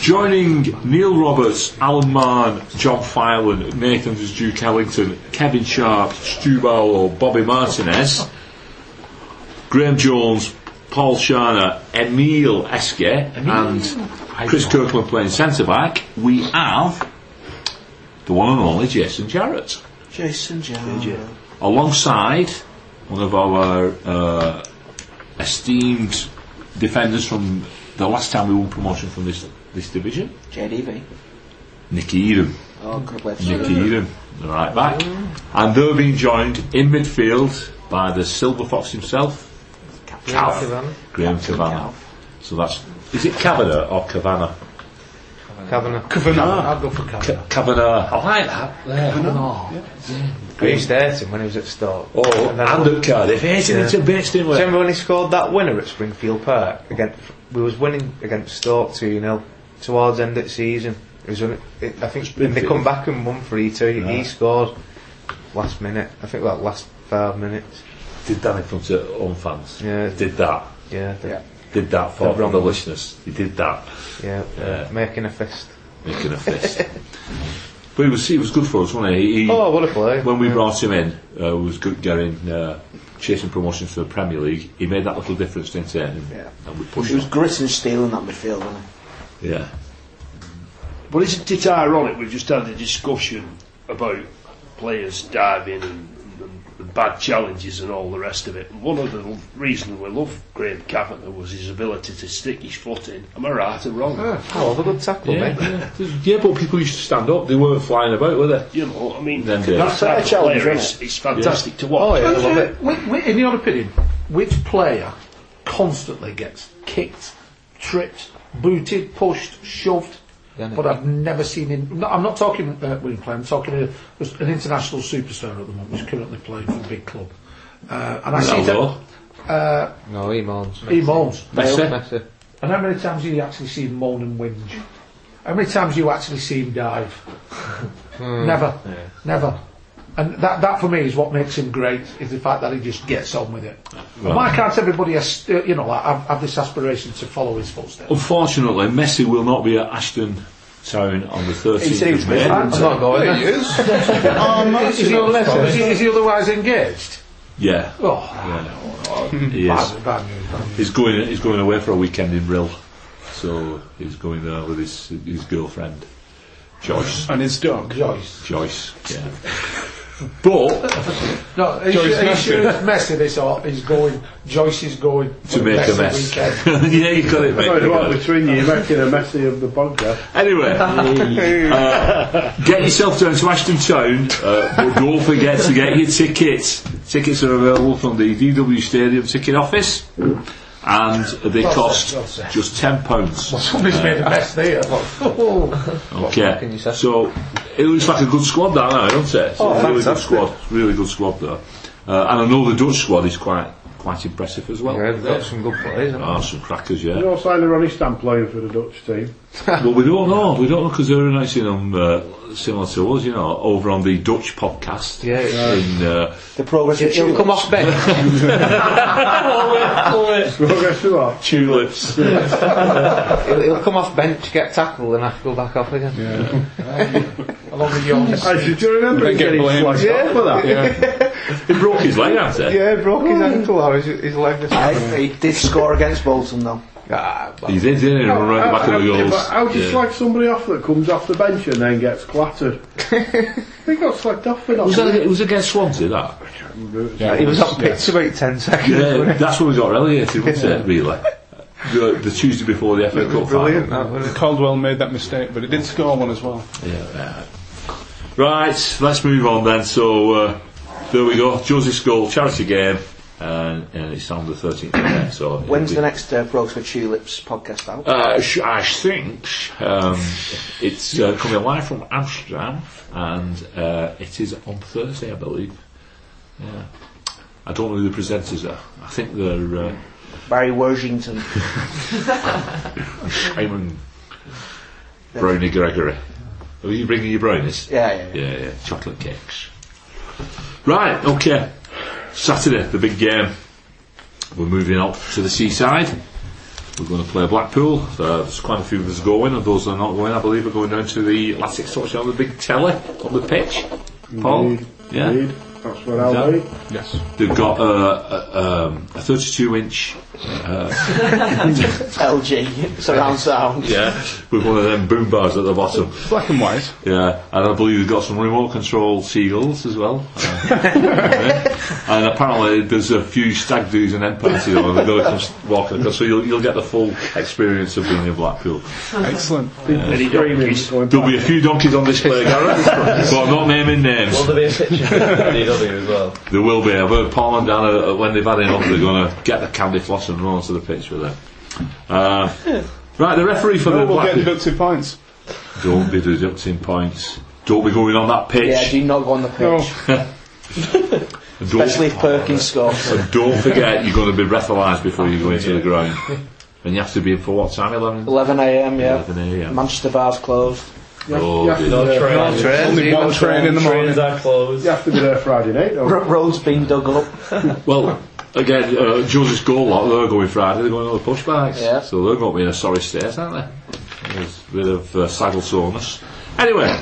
Speaker 1: Joining Neil Roberts, Alan Mann, John Fireland, Nathan Duke Ellington, Kevin Sharp, Stu Bowler, Bobby Martinez, Graham Jones, Paul Sharner, Emil Eske, and Chris Kirkland playing centre back. We have the one and only Jason Jarrett
Speaker 5: Jason Jones.
Speaker 1: alongside one of our uh, esteemed defenders from the last time we won promotion from this this division,
Speaker 5: JDB.
Speaker 1: Nicky Edom.
Speaker 5: Oh, could have played for
Speaker 1: Nicky Edom, the right back, and they're being joined in midfield by the Silver Fox himself, Calf,
Speaker 7: Cavanagh.
Speaker 1: Graham Cavana. So that's is it Kavanagh or Cavana?
Speaker 7: Cavanagh.
Speaker 9: I'll go for Canada.
Speaker 1: Kavanagh. I like that. There.
Speaker 7: I used to hate him when he was at Stoke.
Speaker 1: Oh, and at Cardiff, hating it to bits, didn't we?
Speaker 7: Do you remember when he scored that winner at Springfield Park? Against, we was winning against Stoke 2 0 towards the end of the season. It was, when it, I think when they come back and won 3 2. He scored last minute. I think like last five minutes.
Speaker 1: Did that in front of own fans.
Speaker 7: Yeah.
Speaker 1: Did that.
Speaker 7: Yeah, the- yeah.
Speaker 1: did that for
Speaker 7: They're wrong.
Speaker 1: the listeners. He did that, Yeah.
Speaker 7: Making a fist.
Speaker 1: making a fist. but he was he was good for us, wasn't he? He-
Speaker 7: Oh, what a play.
Speaker 1: when we brought him in, uh, was good getting uh, chasing promotion to the Premier League. He made that little difference, didn't he? And, and we pushed
Speaker 5: He was
Speaker 1: him.
Speaker 5: grit and steel in that midfield, wasn't he?
Speaker 1: Yeah,
Speaker 4: But isn't it ironic we've just had a discussion about players diving and, and, and bad challenges and all the rest of it. And one of the l- reasons we love Graham Kavanagh was his ability to stick his foot in. Am I right or wrong?
Speaker 7: Hell of a good tackle,
Speaker 1: Yeah,
Speaker 7: mate.
Speaker 1: yeah. yeah, but people used to stand up. They weren't flying about, were they?
Speaker 4: You know, I mean,
Speaker 1: Then
Speaker 4: for that
Speaker 1: that's
Speaker 4: type
Speaker 5: a
Speaker 4: of
Speaker 5: challenge,
Speaker 4: player,
Speaker 5: isn't
Speaker 4: it's, it's fantastic to watch.
Speaker 7: Oh, yeah. I love
Speaker 9: Uh, wh- wh- in your opinion, which player constantly gets kicked, tripped, booted, pushed, shoved?
Speaker 7: Then
Speaker 9: But I've never seen him. No, I'm not talking uh, William Clay. I'm talking a, an international superstar at the moment who's currently playing for a big club. Uh, and I see
Speaker 1: Ronaldo.
Speaker 9: that uh,
Speaker 7: No, he moans.
Speaker 9: he moans.
Speaker 1: Messi.
Speaker 7: Messi.
Speaker 9: And how many times do you actually see him moan and whinge? How many times do you actually see him dive?
Speaker 1: Hmm.
Speaker 9: never, never. And that, that for me is what makes him great is the fact that he just gets on with it.
Speaker 1: Well-
Speaker 9: Why can't everybody, as- uh, you know, like, have, have this aspiration to follow his footsteps?
Speaker 1: Unfortunately, Messi will not be at Ashton Town on the 13th
Speaker 5: He said he was
Speaker 1: of May.
Speaker 5: busy.
Speaker 7: I'm not going there.
Speaker 9: Is he, is he- is he otherwise engaged?
Speaker 1: Yeah,
Speaker 9: Oh,
Speaker 1: he is.
Speaker 9: bad, bad news. Bad news.
Speaker 1: He's going. He's going away for a weekend in Rill, so he's going there with his his girlfriend, Joyce.
Speaker 3: And his dog.
Speaker 9: Joyce.
Speaker 1: Joyce. Yeah. But
Speaker 9: No, he
Speaker 3: Joyce
Speaker 9: should, he
Speaker 3: Messi.
Speaker 9: should have messed this up. He's going, Joyce is going
Speaker 1: to make a
Speaker 9: Messi
Speaker 1: mess.
Speaker 9: weekend.
Speaker 1: yeah, you got it, mate.
Speaker 8: Sorry,
Speaker 1: You
Speaker 8: what
Speaker 1: got it.
Speaker 8: between you, you're making a messy of the podcast.
Speaker 1: Anyway, uh, get yourself down to Ashton Town, uh, but don't forget to get your tickets. Tickets are available from the DW Stadium ticket office, and they
Speaker 9: Well said,
Speaker 1: cost
Speaker 9: well said.
Speaker 1: just ten pounds.
Speaker 9: Somebody's made a mess there. Oh,
Speaker 1: Okay,
Speaker 7: you say? Oh,
Speaker 1: so it looks like a good squad that now, doesn't it? It's a really good squad, really good squad there. Uh, and I know the Dutch squad is quite quite impressive as well.
Speaker 7: Yeah, they've got some good players. haven't
Speaker 1: Ah, some crackers,
Speaker 8: You
Speaker 1: yeah.
Speaker 8: know, sign Ronnie Stamp playing for the Dutch team.
Speaker 1: well, we don't know, we don't know because they're announcing them uh, similar to us, you know, over on the Dutch podcast.
Speaker 7: Yeah, it's-
Speaker 1: in, uh,
Speaker 5: The progress
Speaker 7: they?
Speaker 5: of
Speaker 7: He'll
Speaker 5: Tulips.
Speaker 7: come off bench.
Speaker 8: Progress to what?
Speaker 1: tulips.
Speaker 7: He'll, he'll come off bench, get tackled, and have to go back off again.
Speaker 9: along with your
Speaker 8: Hey, do you remember him
Speaker 3: Get
Speaker 8: getting
Speaker 3: blamed.
Speaker 8: flagged off for that?
Speaker 1: He broke his leg, hasn't he?
Speaker 7: Yeah, he broke his ankle or his, his leg. Just
Speaker 5: I, he did score against Bolton though.
Speaker 7: ah, but
Speaker 1: He did, didn't he? Run round the back of the
Speaker 8: How-
Speaker 1: goals.
Speaker 8: how- How do you
Speaker 1: Yeah.
Speaker 8: slag somebody off that comes off the bench and then gets clattered? they got slagged off for
Speaker 1: was that,
Speaker 8: that.
Speaker 1: it was against Swansea, that?
Speaker 7: he was on pitch for about 10 seconds.
Speaker 1: Yeah, that's when we got relegated, wasn't it, really? The, the Tuesday before the FA Cup
Speaker 7: Brilliant,
Speaker 1: final.
Speaker 7: that wasn't it?
Speaker 3: Caldwell made that mistake, but it did score one as well.
Speaker 1: Yeah. Right, let's move on then. So uh, there we go. Josie School charity game, and, and it's on the 13th of May. So it'll
Speaker 5: When's
Speaker 1: be-
Speaker 5: the next uh, Progress with Tulips podcast out?
Speaker 1: Uh, sh- I think um, it's uh, coming live from Amsterdam, and uh, it is on Thursday, I believe. Yeah, I don't know who the presenters are. I think they're uh,
Speaker 5: Barry Worthington.
Speaker 1: Simon Brownie Gregory. Are you bringing your brownies?
Speaker 5: Yeah, yeah, yeah.
Speaker 1: Yeah, yeah, chocolate cakes. Right, okay. Saturday, the big game. We're moving up to the seaside. We're going to play Blackpool. Uh, there's quite a few of us going, and those that are not going, I believe, are going down to the Latic Sochi on the big telly on the pitch. Paul?
Speaker 8: Indeed,
Speaker 1: Yeah.
Speaker 8: indeed. That's what I'll
Speaker 1: Yeah.
Speaker 8: be.
Speaker 3: Yes.
Speaker 1: They've got uh, a, um, a 32 inch uh,
Speaker 5: LG surround sound.
Speaker 1: yeah, with one of them boom bars at the bottom.
Speaker 3: Black and white.
Speaker 1: Yeah, and I believe they've got some remote control seagulls as well. Uh, yeah. and apparently there's a few stag do's and end parties on the go comes walking across, so you'll, you'll get the full experience of being in Blackpool.
Speaker 3: Excellent.
Speaker 4: And he don't kiss-
Speaker 1: There'll be a few donkeys on display, Gareth, but I'm not naming names.
Speaker 10: Will there be a picture of DW as well?
Speaker 1: There will be. I've heard Paul and Dan, uh, when they've had enough, they're going to get the candy floss and run onto the pitch with it. Uh, right, the referee for the
Speaker 3: We'll get
Speaker 1: Blackpool.
Speaker 3: deducted points.
Speaker 1: Don't be deducting points. Don't be going on that pitch.
Speaker 5: Yeah, do not go on the pitch.
Speaker 3: No.
Speaker 1: Don't-
Speaker 5: Especially if Perkins scores.
Speaker 1: And don't forget, you're going to be breathalyzed before you go into the ground. And you have to be in for what time? 11?
Speaker 5: 11am, yeah.
Speaker 1: 11 a.m.
Speaker 5: Manchester bar's closed.
Speaker 1: Oh,
Speaker 8: you have
Speaker 1: dear.
Speaker 8: to be there Friday-
Speaker 3: Only one train in the morning.
Speaker 10: Trains are closed.
Speaker 8: you have to be there Friday night. don't you?
Speaker 5: R- roads been dug up.
Speaker 1: Well, again, uh, Joseph's goal lot, they're going Friday, they're going on the pushbacks.
Speaker 5: Yeah.
Speaker 1: So they're going to be in a sorry state, aren't they? There's a bit of uh, saggle soreness. Anyway,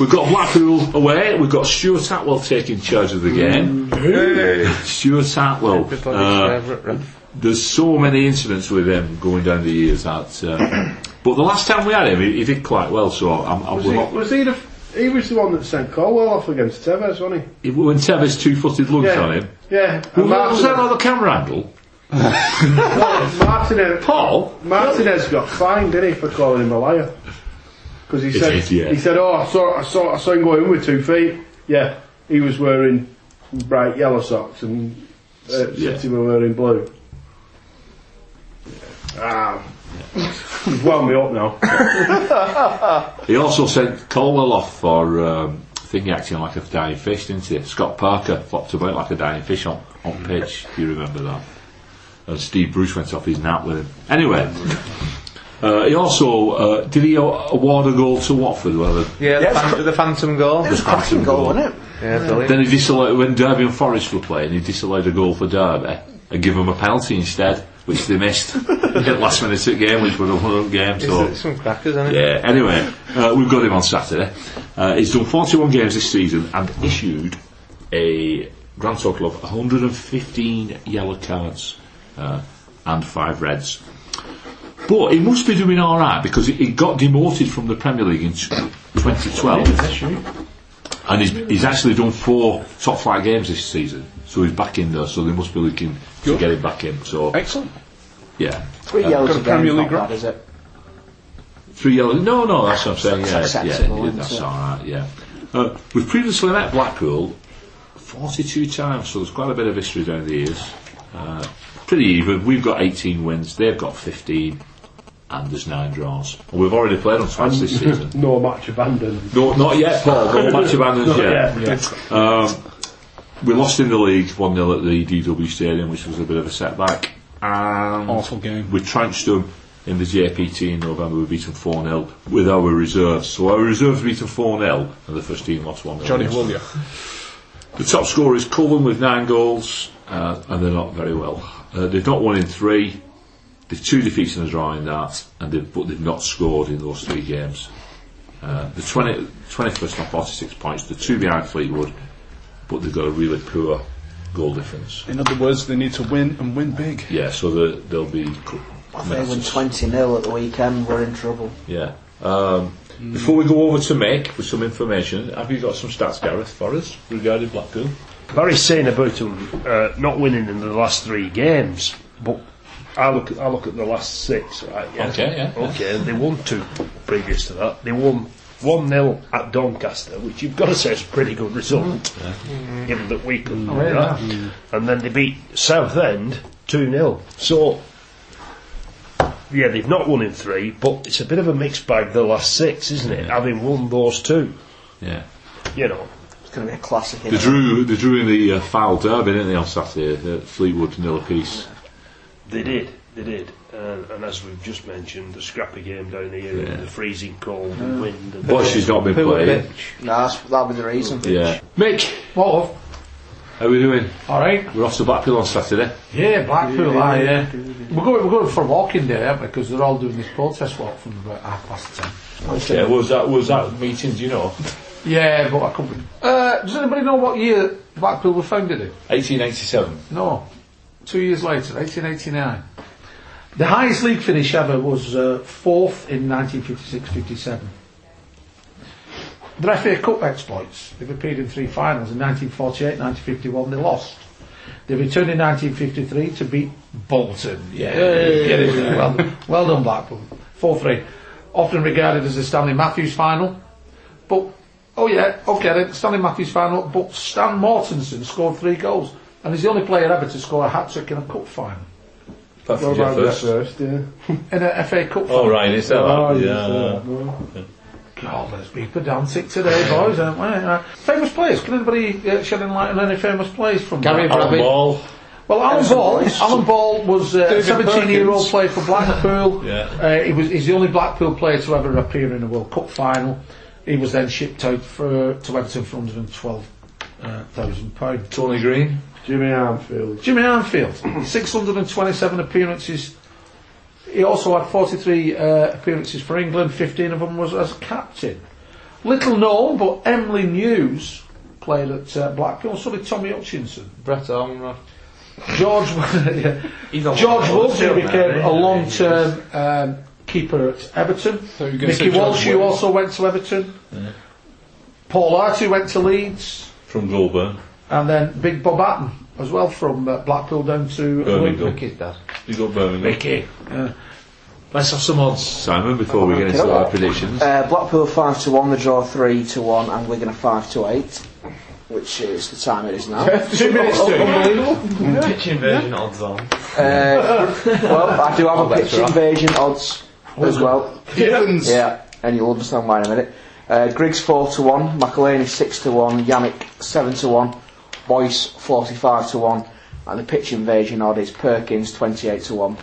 Speaker 1: we've got Blackpool away, we've got Stuart Atwell taking charge of the game.
Speaker 8: Mm.
Speaker 1: Stuart Atwell. uh,
Speaker 7: Everybody's favourite ref.
Speaker 1: there's so many incidents with him going down the years that. Uh, but the last time we had him, he, he did quite well. So I'm, I'm
Speaker 8: Was he,
Speaker 1: not,
Speaker 8: was he the f- He was the one that sent Colwell off against Tevez, wasn't he?
Speaker 1: It- When Tevez two footed lunge
Speaker 8: Yeah.
Speaker 1: on him.
Speaker 8: Yeah.
Speaker 1: Well,
Speaker 8: And
Speaker 1: was that
Speaker 8: Martin,
Speaker 1: not the camera angle?
Speaker 8: Martinez,
Speaker 1: Paul?
Speaker 8: Martinez got fined, didn't he, for calling him a liar? Because he
Speaker 1: He
Speaker 8: said,
Speaker 1: did, yeah.
Speaker 8: he said, oh, I saw, I saw, I saw him go in with two feet. Yeah, he was wearing bright yellow socks and uh,
Speaker 1: Yeah.
Speaker 8: City were wearing blue. Ah, you've wound me up now.
Speaker 1: He also sent Colwell off for um, thinking acting like a dying fish, didn't he? Scott Parker flopped about like a dying fish on,
Speaker 5: Mm.
Speaker 1: on pitch, if you remember that. And Steve Bruce went off his nap with him. Anyway, uh, he also uh, did he a- award a goal to Watford? Well, the-
Speaker 7: Yeah, the, phan- the phantom goal.
Speaker 5: It was a cracking goal, wasn't it?
Speaker 7: Yeah, brilliant.
Speaker 1: then he disallowed when Derby and Forest were playing. He disallowed a goal for Derby and gave them a penalty instead, which they missed at last minute of the game, which was a one-up game. So
Speaker 7: It's some crackers, isn't it?
Speaker 1: Yeah, anyway, uh, we've got him on Saturday. Uh, he's done 41 games this season and issued a grand total of 115 yellow cards uh, and five reds. But he must be doing alright because he, he got demoted from the Premier League in t- 2012. And he's, he's actually done four top flight games this season. So he's back in there, so they must be looking to get him back in. So,
Speaker 11: Excellent.
Speaker 1: yeah.
Speaker 5: Three
Speaker 11: got
Speaker 5: yellows
Speaker 11: a
Speaker 5: a game,
Speaker 11: Premier
Speaker 5: is
Speaker 11: League
Speaker 5: not
Speaker 11: run.
Speaker 5: bad, is it?
Speaker 1: Three yellow. No, no, that's what I'm saying. Yeah,
Speaker 5: That's
Speaker 1: yeah,
Speaker 5: acceptable,
Speaker 1: yeah,
Speaker 5: isn't
Speaker 1: that's
Speaker 5: it?
Speaker 1: all right. Yeah, uh, we've previously met Blackpool 42 times, so there's quite a bit of history down the years. Uh, pretty even. We've got 18 wins. They've got 15, and there's nine draws. And we've already played them twice this season.
Speaker 8: no match abandoned.
Speaker 1: Um, No, not yet, Paul. No match abandoned yet. Um,
Speaker 8: Yeah.
Speaker 1: We lost in the league 1 0 at the DW Stadium, which was a bit of a setback. And
Speaker 11: Awful game.
Speaker 1: we trounced them in the JPT in November. We beat them 4 0 with our reserves. So our reserves beat them 4 0, and the first team lost 1 0.
Speaker 11: Johnny William.
Speaker 1: The top scorer is Cullen with nine goals, uh, and they're not very well. Uh, they've not won in three. They've two defeats and a draw in that, and they've, but they've not scored in those three games. Uh, the 20, 21st on 46 points, the two behind Fleetwood, but they've got a really poor goal difference.
Speaker 11: In other words, they need to win and win big.
Speaker 1: Yeah, so the, they'll be. co-
Speaker 5: If they win
Speaker 1: massive.
Speaker 5: 20 0 at the weekend, we're in trouble.
Speaker 1: Yeah. Um, Before we go over to Mick with some information, have you got some stats, Gareth, for us regarding Blackpool?
Speaker 4: Barry's saying about him uh, not winning in the last three games, but I look, I look at the last six. Right, yeah?
Speaker 1: Okay, yeah, yeah.
Speaker 4: Okay, they won two previous to that. They won 1 0 at Doncaster, which you've got to say is a pretty good result, given that we couldn't do that. And then they beat Southend 2 0. So, yeah, they've not won in three, but it's a bit of a mixed bag the last six, isn't it? Having won those two,
Speaker 1: Yeah.
Speaker 4: you know.
Speaker 5: It's going to be a classic.
Speaker 1: They
Speaker 5: innit?
Speaker 1: drew, they drew in the uh, foul derby, didn't they, on Saturday? Uh, Fleetwood nil apiece.
Speaker 4: They did, they did. And, and as we've just mentioned, the scrappy game down here
Speaker 1: Yeah.
Speaker 4: and the freezing cold
Speaker 1: Mm.
Speaker 4: and wind. And
Speaker 1: Bush has not been
Speaker 7: Poor
Speaker 1: playing.
Speaker 7: bitch.
Speaker 5: No, that's, that'll be the reason.
Speaker 1: Yeah. Mick,
Speaker 9: What of?
Speaker 1: how are we doing?
Speaker 9: Alright.
Speaker 1: We're off to Blackpool on Saturday.
Speaker 9: Yeah, Blackpool, aye, yeah. We're going, we're going for a walk in there, aren't we? Because they're all doing this protest walk from about half past ten.
Speaker 1: Yeah, was that was that meeting, do you know?
Speaker 9: Yeah, but I couldn't. Uh, does anybody know what year Blackpool were founded in?
Speaker 1: 1887.
Speaker 9: No. Two years later, 1889. The highest league finish ever was uh, fourth in 1956-57. Their FA Cup exploits. They've appeared in three finals in 1948, 1951. They lost. They returned in 1953 to beat Bolton. Yeah, get it. Well, well done, Blackpool. 4-3. Often regarded as the Stanley Matthews final. But, oh yeah, okay then, Stanley Matthews final, but Stan Mortensen scored three goals. And he's the only player ever to score a hat-trick in a cup final.
Speaker 1: Apart
Speaker 8: What
Speaker 1: from Jeff
Speaker 8: about that
Speaker 1: Hurst.
Speaker 8: first, yeah?
Speaker 9: In a FA Cup final.
Speaker 1: Oh, right, is that
Speaker 8: Oh,
Speaker 1: that?
Speaker 8: yes,
Speaker 1: Yeah.
Speaker 8: yeah.
Speaker 9: God, there's be pedantic today, boys, aren't we? Uh, famous players. Can anybody uh, shed any light on any famous players from
Speaker 7: Gary
Speaker 9: Blackpool?
Speaker 1: Alan
Speaker 7: Rabbit.
Speaker 1: Ball.
Speaker 9: Well, Alan
Speaker 5: Edison
Speaker 9: Ball.
Speaker 5: Boyce.
Speaker 9: Alan Ball was uh, a
Speaker 11: David
Speaker 9: 17-year-old
Speaker 11: Perkins.
Speaker 9: player for Blackpool.
Speaker 1: Yeah.
Speaker 9: uh, he was he's the only Blackpool player to ever appear in a World Cup final. He was then shipped out for to Everton for 112 uh, thousand pounds.
Speaker 1: Tony Green.
Speaker 8: Jimmy Armfield.
Speaker 9: Jimmy Anfield, 627 appearances. He also had 43 uh, appearances for England, 15 of them was as captain. Little known, but Emily News played at uh, Blackpool, so did Tommy Hutchinson.
Speaker 7: Brett Armrod.
Speaker 9: George, yeah.
Speaker 7: He's on
Speaker 9: George
Speaker 7: one of
Speaker 9: Wolsey
Speaker 7: those,
Speaker 9: became
Speaker 7: isn't
Speaker 9: a
Speaker 7: he?
Speaker 9: long term um, keeper at Everton.
Speaker 11: you were gonna
Speaker 9: Mickey
Speaker 11: say George
Speaker 9: Walsh, who
Speaker 11: Wolsey.
Speaker 9: also went to Everton. Paul Arty went to Leeds,
Speaker 1: From Goulburn.
Speaker 9: and then Big Bob Atten as well from uh, Blackpool down to
Speaker 1: Birmingham.
Speaker 7: Look at that.
Speaker 1: You got Birmingham.
Speaker 9: Mickey.
Speaker 1: Let's have some odds, Simon, before we get into our predictions.
Speaker 5: Uh, Blackpool 5 to 1, the draw 3 to 1, and Wigan are 5 to 8, which is the time it is now.
Speaker 9: Two minutes to
Speaker 10: Pitch inversion odds on.
Speaker 5: Uh, well, I do have a pitch invasion odds as well. Yeah, and you'll understand why in a minute. Uh, Griggs 4 to 1, McElhaney 6 to 1, Yannick 7 to 1, Boyce 45 to 1, and the pitch invasion odd is Perkins 28 to 1.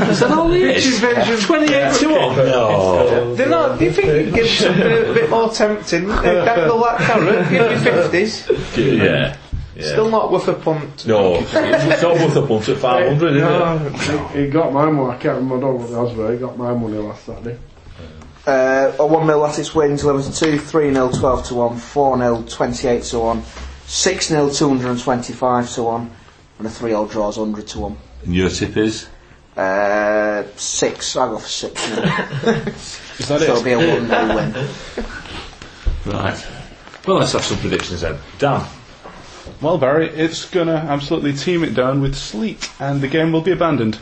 Speaker 7: Pitch invasion. 28 to 1. No. They're not, do you think you'd give something a bit more tempting? They'd have the lap carrot, give you 50s.
Speaker 1: Yeah. yeah.
Speaker 7: Still not worth a punt.
Speaker 1: No, it's not worth a punt at 500, is it?
Speaker 8: He, he got my money. I can't remember what it was, but he got my money last Saturday.
Speaker 5: Uh, a 1 0 Latics wins, Leverton 2, 3 0, 12 to 1, 4 0, 28 to 1, 6 0, 225 to 1, and a 3 0 draws 100 to 1.
Speaker 1: And your tip is?
Speaker 5: Uh, 6, I go for 6 0. so it'll be a 1 0 win.
Speaker 1: Right. Well, let's have some predictions then. Dan.
Speaker 3: Well, Barry, it's gonna absolutely team it down with sleet, and the game will be abandoned.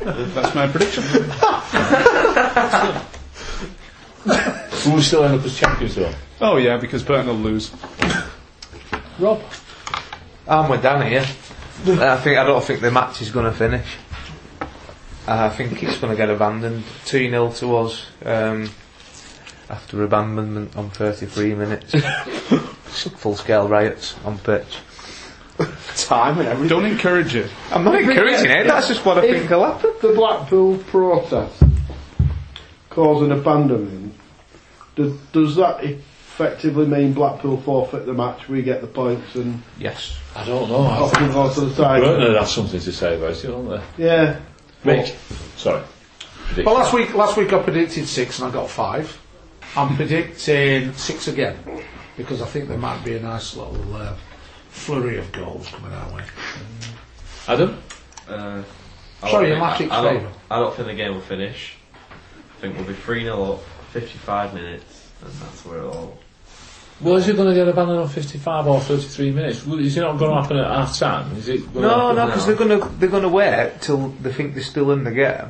Speaker 3: That's my prediction.
Speaker 1: Will we still end up as champions, though?
Speaker 3: Oh yeah, because Burton will lose.
Speaker 9: Rob.
Speaker 7: I'm with Dan here. I think I don't think the match is going to finish. I think it's going to get abandoned. 2 0 to us um, after abandonment on 33 minutes. Full scale riots on pitch.
Speaker 9: Time and everything.
Speaker 3: Don't encourage it.
Speaker 7: I'm not encouraging it, that's just what I think will happen.
Speaker 8: The Blackpool protest causing abandonment. Does, does that effectively mean Blackpool forfeit the match? We get the points and
Speaker 7: Yes.
Speaker 1: I don't know. I
Speaker 8: Blackpool go to the
Speaker 1: think
Speaker 8: side.
Speaker 1: Burton has something to say about it, haven't they?
Speaker 8: Yeah.
Speaker 1: Mick. Sorry.
Speaker 9: Well,
Speaker 1: Prediction.
Speaker 9: last week, last week I predicted six and I got five. I'm predicting six again because I think there might be a nice little uh, flurry of goals coming our way.
Speaker 1: Adam?
Speaker 10: Uh, I
Speaker 9: Sorry,
Speaker 10: don't
Speaker 9: your
Speaker 10: think-
Speaker 9: matrix
Speaker 10: I, I, don't,
Speaker 9: favour.
Speaker 10: I don't think the game will finish. I think we'll be 3 0 up, 55 minutes, and that's where it'll.
Speaker 1: Well, is it going to get abandoned on 55 or 33 minutes? Well, Is it not going to happen at half time? Is it going
Speaker 7: No,
Speaker 1: to
Speaker 7: no, because they're gonna they're gonna wait till they think they're still in the game.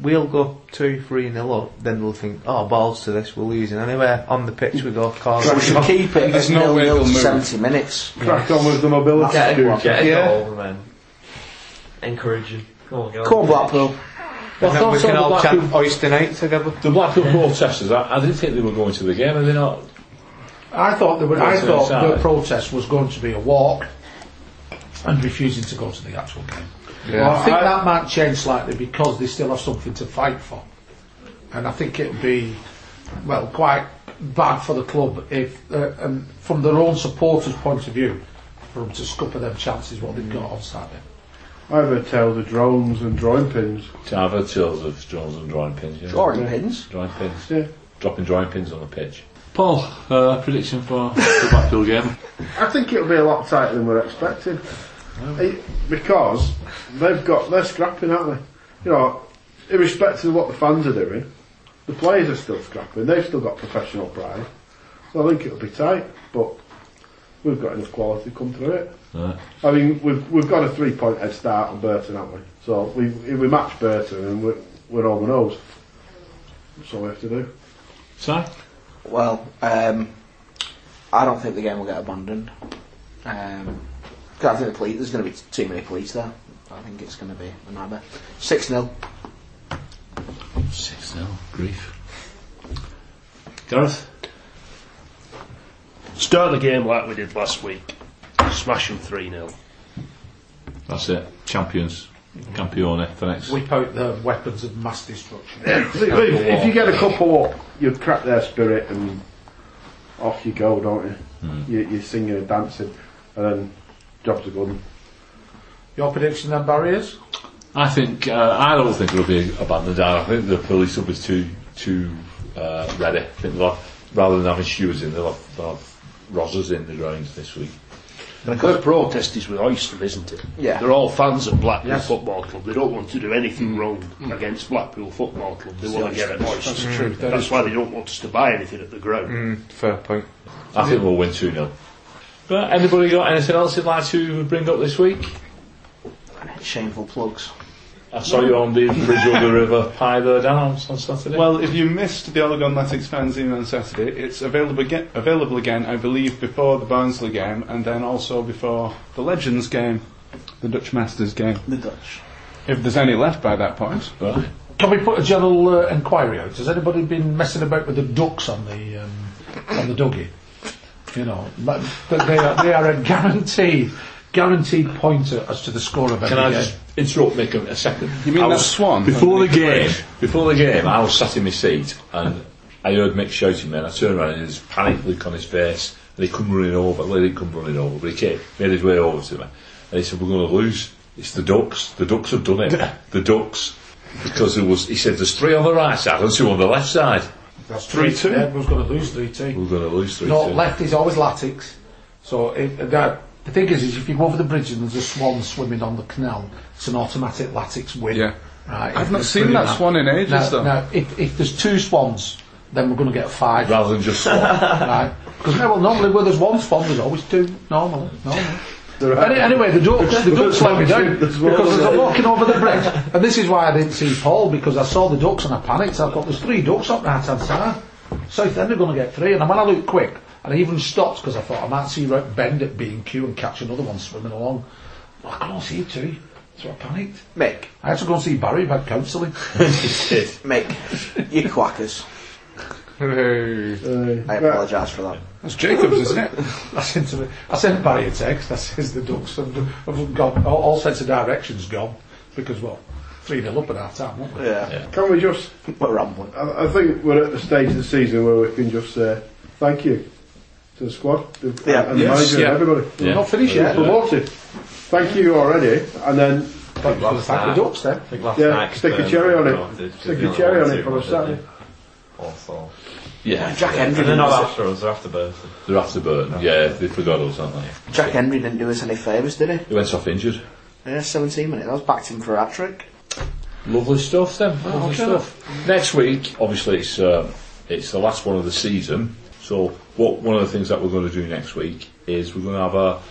Speaker 7: We'll go two, three nil up. Then they'll think, oh balls to this, we're losing anyway. On the pitch we go. Cards.
Speaker 5: So we should keep it at
Speaker 3: There's no
Speaker 5: 0
Speaker 3: way
Speaker 5: 0
Speaker 3: they'll move.
Speaker 5: 70 minutes.
Speaker 8: Crack on with the mobility.
Speaker 5: That's
Speaker 8: dude.
Speaker 5: one.
Speaker 10: Get a
Speaker 7: Yeah.
Speaker 10: goal and then encourage him. Come on, get on
Speaker 5: Come on,
Speaker 10: the pitch.
Speaker 5: Blackpool.
Speaker 1: Well,
Speaker 7: And then we
Speaker 1: thoughts on
Speaker 7: can
Speaker 1: the
Speaker 7: all
Speaker 1: Blackpool-
Speaker 7: chant Oyster Night together.
Speaker 1: The Blackpool protesters, I, I didn't think they were going to the game, and they're not.
Speaker 9: I thought there were, I
Speaker 1: Yes, yes,
Speaker 9: thought the
Speaker 1: I-
Speaker 9: protest was going to be a walk and refusing to go to the actual game.
Speaker 3: Yeah.
Speaker 9: Well, I think
Speaker 3: I-
Speaker 9: that might change slightly because they still have something to fight for, and I think it'd be well quite bad for the club if, uh, and from their own supporters' point of view, for them to scupper them chances what they've got on Saturday.
Speaker 8: I've heard tales of drones and drawing pins.
Speaker 1: To have a tales of drones and drawing pins. Yeah.
Speaker 5: Drawing pins.
Speaker 1: Drawing pins.
Speaker 8: Yeah.
Speaker 1: Dropping drawing pins on the pitch. Paul, uh, prediction for the Blackpool game?
Speaker 8: I think it'll be a lot tighter than we're expecting. It- because they've got they're scrapping, aren't they? You know, irrespective of what the fans are doing, the players are still scrapping. They've still got professional pride. So I think it'll be tight, but we've got enough quality to come through it.
Speaker 1: Right.
Speaker 8: I mean, we've we've got a three point head start on Burton, haven't we? So we if we match Burton and we're we're on the nose. That's all we have to do.
Speaker 1: Si?
Speaker 5: Well, um, I don't think the game will get abandoned. Um, 'cause I think the police, there's going to be t- too many police there. I think it's going to be a nightmare. 6 0.
Speaker 1: 6 0. Grief. Gareth?
Speaker 4: Start the game like we did last week. Smash them 3 0.
Speaker 1: That's it. Champions. Campione for next.
Speaker 9: Whip out the weapons of mass destruction.
Speaker 8: if you get a couple up, you crack their spirit and off you go, don't you? you you're singing and dancing, and then jobs are good.
Speaker 9: Your prediction then, barriers?
Speaker 1: I think uh, I don't think it'll be abandoned. I think the police will be too too uh, ready. I think they'll have, rather than having stewards in, they'll have, they'll have Rosas in the ground this week.
Speaker 4: Her protest is with Oystrom, isn't it?
Speaker 5: Yeah.
Speaker 4: They're all fans of Blackpool
Speaker 5: Yes.
Speaker 4: Football Club. They don't want to do anything wrong against Blackpool Football Club. They want to get at Oyster. That's, why they don't want us to buy anything at the ground.
Speaker 5: Mm.
Speaker 7: Fair point.
Speaker 1: I think we'll win 2 0. Right, anybody got anything else you'd like to bring up this week?
Speaker 5: Shameful plugs.
Speaker 1: I saw you on the Bridge over the River Pie there, Dan, on, on Saturday.
Speaker 3: Well, if you missed the Oligonletics fanzine on Saturday, it's available again, available again, I believe, before the Barnsley game and then also before the Legends game, the Dutch Masters game.
Speaker 5: The Dutch.
Speaker 3: If there's any left by that point.
Speaker 1: Right.
Speaker 9: Can we put a general uh, inquiry out? Has anybody been messing about with the ducks on the um, on the doggy? You know, but but they are, they are a guaranteed guaranteed pointer as to the score of every
Speaker 1: Can I
Speaker 9: game.
Speaker 1: just interrupt Mick a, a second?
Speaker 3: You mean
Speaker 1: I
Speaker 3: that
Speaker 1: was-
Speaker 3: swan?
Speaker 1: Before the game, before the game, I was sat in my seat and I heard Mick shouting me, and I turned around and there's panic look on his face, and he come running over. Well, he didn't come running over, but he came, made his way over to me, and he said, "We're going to lose. It's the Ducks. The Ducks have done it. the Ducks." Because there was, he said, there's three on the right side and two on the left side.
Speaker 9: That's
Speaker 3: Three,
Speaker 9: right.
Speaker 3: two.
Speaker 9: Everyone's going to lose three two.
Speaker 1: We're going to lose three.
Speaker 9: No,
Speaker 1: two.
Speaker 9: left is always Latics. So if, that, the thing is, is if you go over the bridge and there's a swan swimming on the canal, it's an automatic Latics win.
Speaker 3: Yeah.
Speaker 9: Right.
Speaker 3: I've not
Speaker 9: It's
Speaker 3: seen
Speaker 9: pretty
Speaker 3: that
Speaker 9: mad.
Speaker 3: swan in ages,
Speaker 9: Now,
Speaker 3: though.
Speaker 9: now if, if there's two swans, then we're going to get five.
Speaker 1: Rather than just swap.
Speaker 9: Right. Because well, normally where there's one spawn, there's always two. Normally. normally. Any, anyway, the ducks, the ducks let me down
Speaker 8: There's one
Speaker 9: because
Speaker 8: over
Speaker 9: as I'm
Speaker 8: there.
Speaker 9: walking over the bridge, and this is why I didn't see Paul because I saw the ducks and I panicked. I thought there's three ducks up right hand side. South End are going to get three, and then when I looked quick, and I even stopped because I thought I might see right bend at B and Q and catch another one swimming along. I can't see two, so I panicked.
Speaker 5: Mick,
Speaker 9: I had to go and see Barry about counselling.
Speaker 5: Mick, you quackers. I apologise for that.
Speaker 3: That's Jacobs, isn't it?
Speaker 9: I sent, him a, I sent Barry a text that says the ducks have, have gone, all, all sense of direction's gone because, well, 3 nil up at half time, weren't we?
Speaker 5: Yeah.
Speaker 8: Can we just
Speaker 5: But rambling.
Speaker 8: I, I think we're at the stage of the season where we can just say thank you to the squad the,
Speaker 5: Yeah.
Speaker 8: and the
Speaker 3: Yes,
Speaker 8: manager
Speaker 3: yeah.
Speaker 8: and everybody.
Speaker 1: Yeah.
Speaker 9: Not finished
Speaker 8: We're
Speaker 9: yet.
Speaker 8: promoted. Thank you already, and then
Speaker 9: But we'll thank the ducks then.
Speaker 10: I think last
Speaker 8: Yeah,
Speaker 10: night
Speaker 8: stick a
Speaker 10: Spurs
Speaker 8: cherry on it.
Speaker 10: promoted 'cause
Speaker 8: Stick
Speaker 10: they
Speaker 8: a
Speaker 10: were
Speaker 8: cherry on
Speaker 10: one
Speaker 8: it for
Speaker 10: two,
Speaker 8: us, Saturday.
Speaker 10: Also.
Speaker 1: Yeah.
Speaker 5: Jack
Speaker 10: And
Speaker 5: Henry
Speaker 10: they're
Speaker 5: didn't
Speaker 10: not
Speaker 5: us,
Speaker 10: after us, they're after Burton.
Speaker 1: They're after Burton. Yeah, they forgot us, aren't they?
Speaker 5: Jack Henry didn't do us any favours, did he?
Speaker 1: He went off injured.
Speaker 5: Yeah, 17 minutes. I was backed him for a hat trick.
Speaker 1: Lovely stuff then. Lovely stuff. Next week, obviously, it's um, it's the last one of the season. So, what one of the things that we're going to do next week is we're going to have a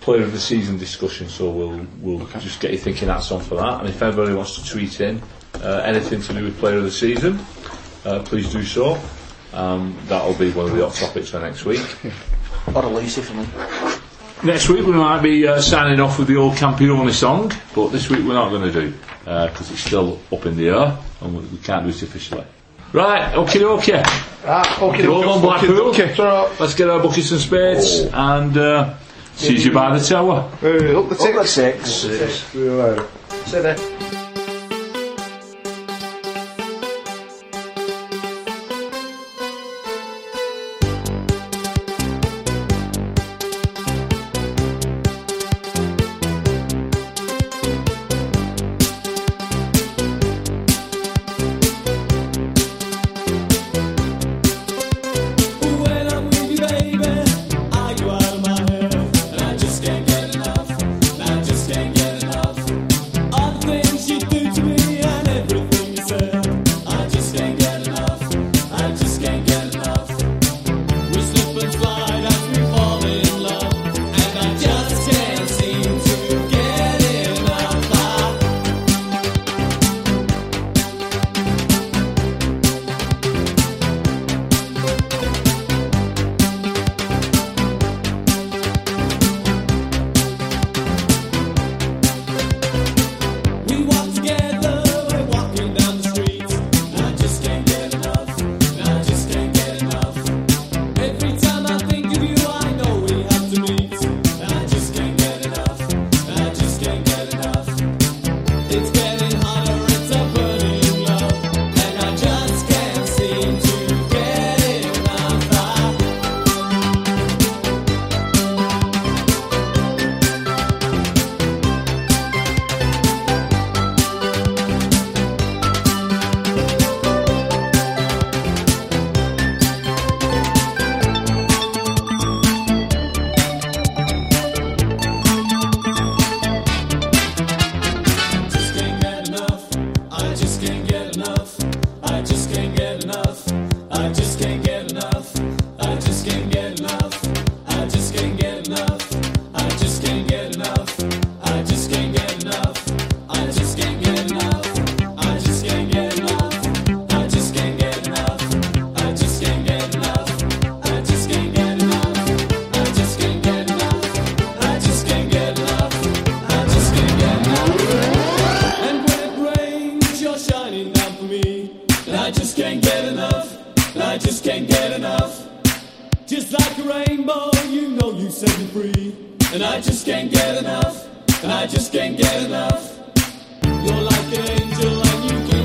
Speaker 1: player of the season discussion. So we'll we'll just get you thinking hats on for that. And if anybody wants to tweet in uh, anything to do with player of the season, uh, please do so. Um, that'll be one of the hot topics for next week.
Speaker 5: What a Lucy for me.
Speaker 1: Next week we might be uh, signing off with the old Campione song, but this week we're not going to do because it's still up in the air and we, we can't do it officially. Right, okay, okay.
Speaker 9: Ah, okay,
Speaker 1: Go on, Blackpool.
Speaker 9: So,
Speaker 1: Let's get our buckets and spades and uh, see you by the tower.
Speaker 3: up the
Speaker 5: Up at six.
Speaker 8: we were out.
Speaker 5: See there.
Speaker 12: Things you
Speaker 9: I just can't get enough. I just can't get enough. I just can't get enough. I just can't get enough. I just can't get enough. I just can't get enough. I just can't get enough. I just can't get enough. I just can't get enough. I just can't get enough. I just can't get enough. I just can't get enough. I just can't get enough. And when it rains, you're shining down for me. And I just can't get enough. And I just can't get enough. Just like a rainbow, you know you set me free. And I just can't get enough. And I just can't get enough. You're like an angel and you can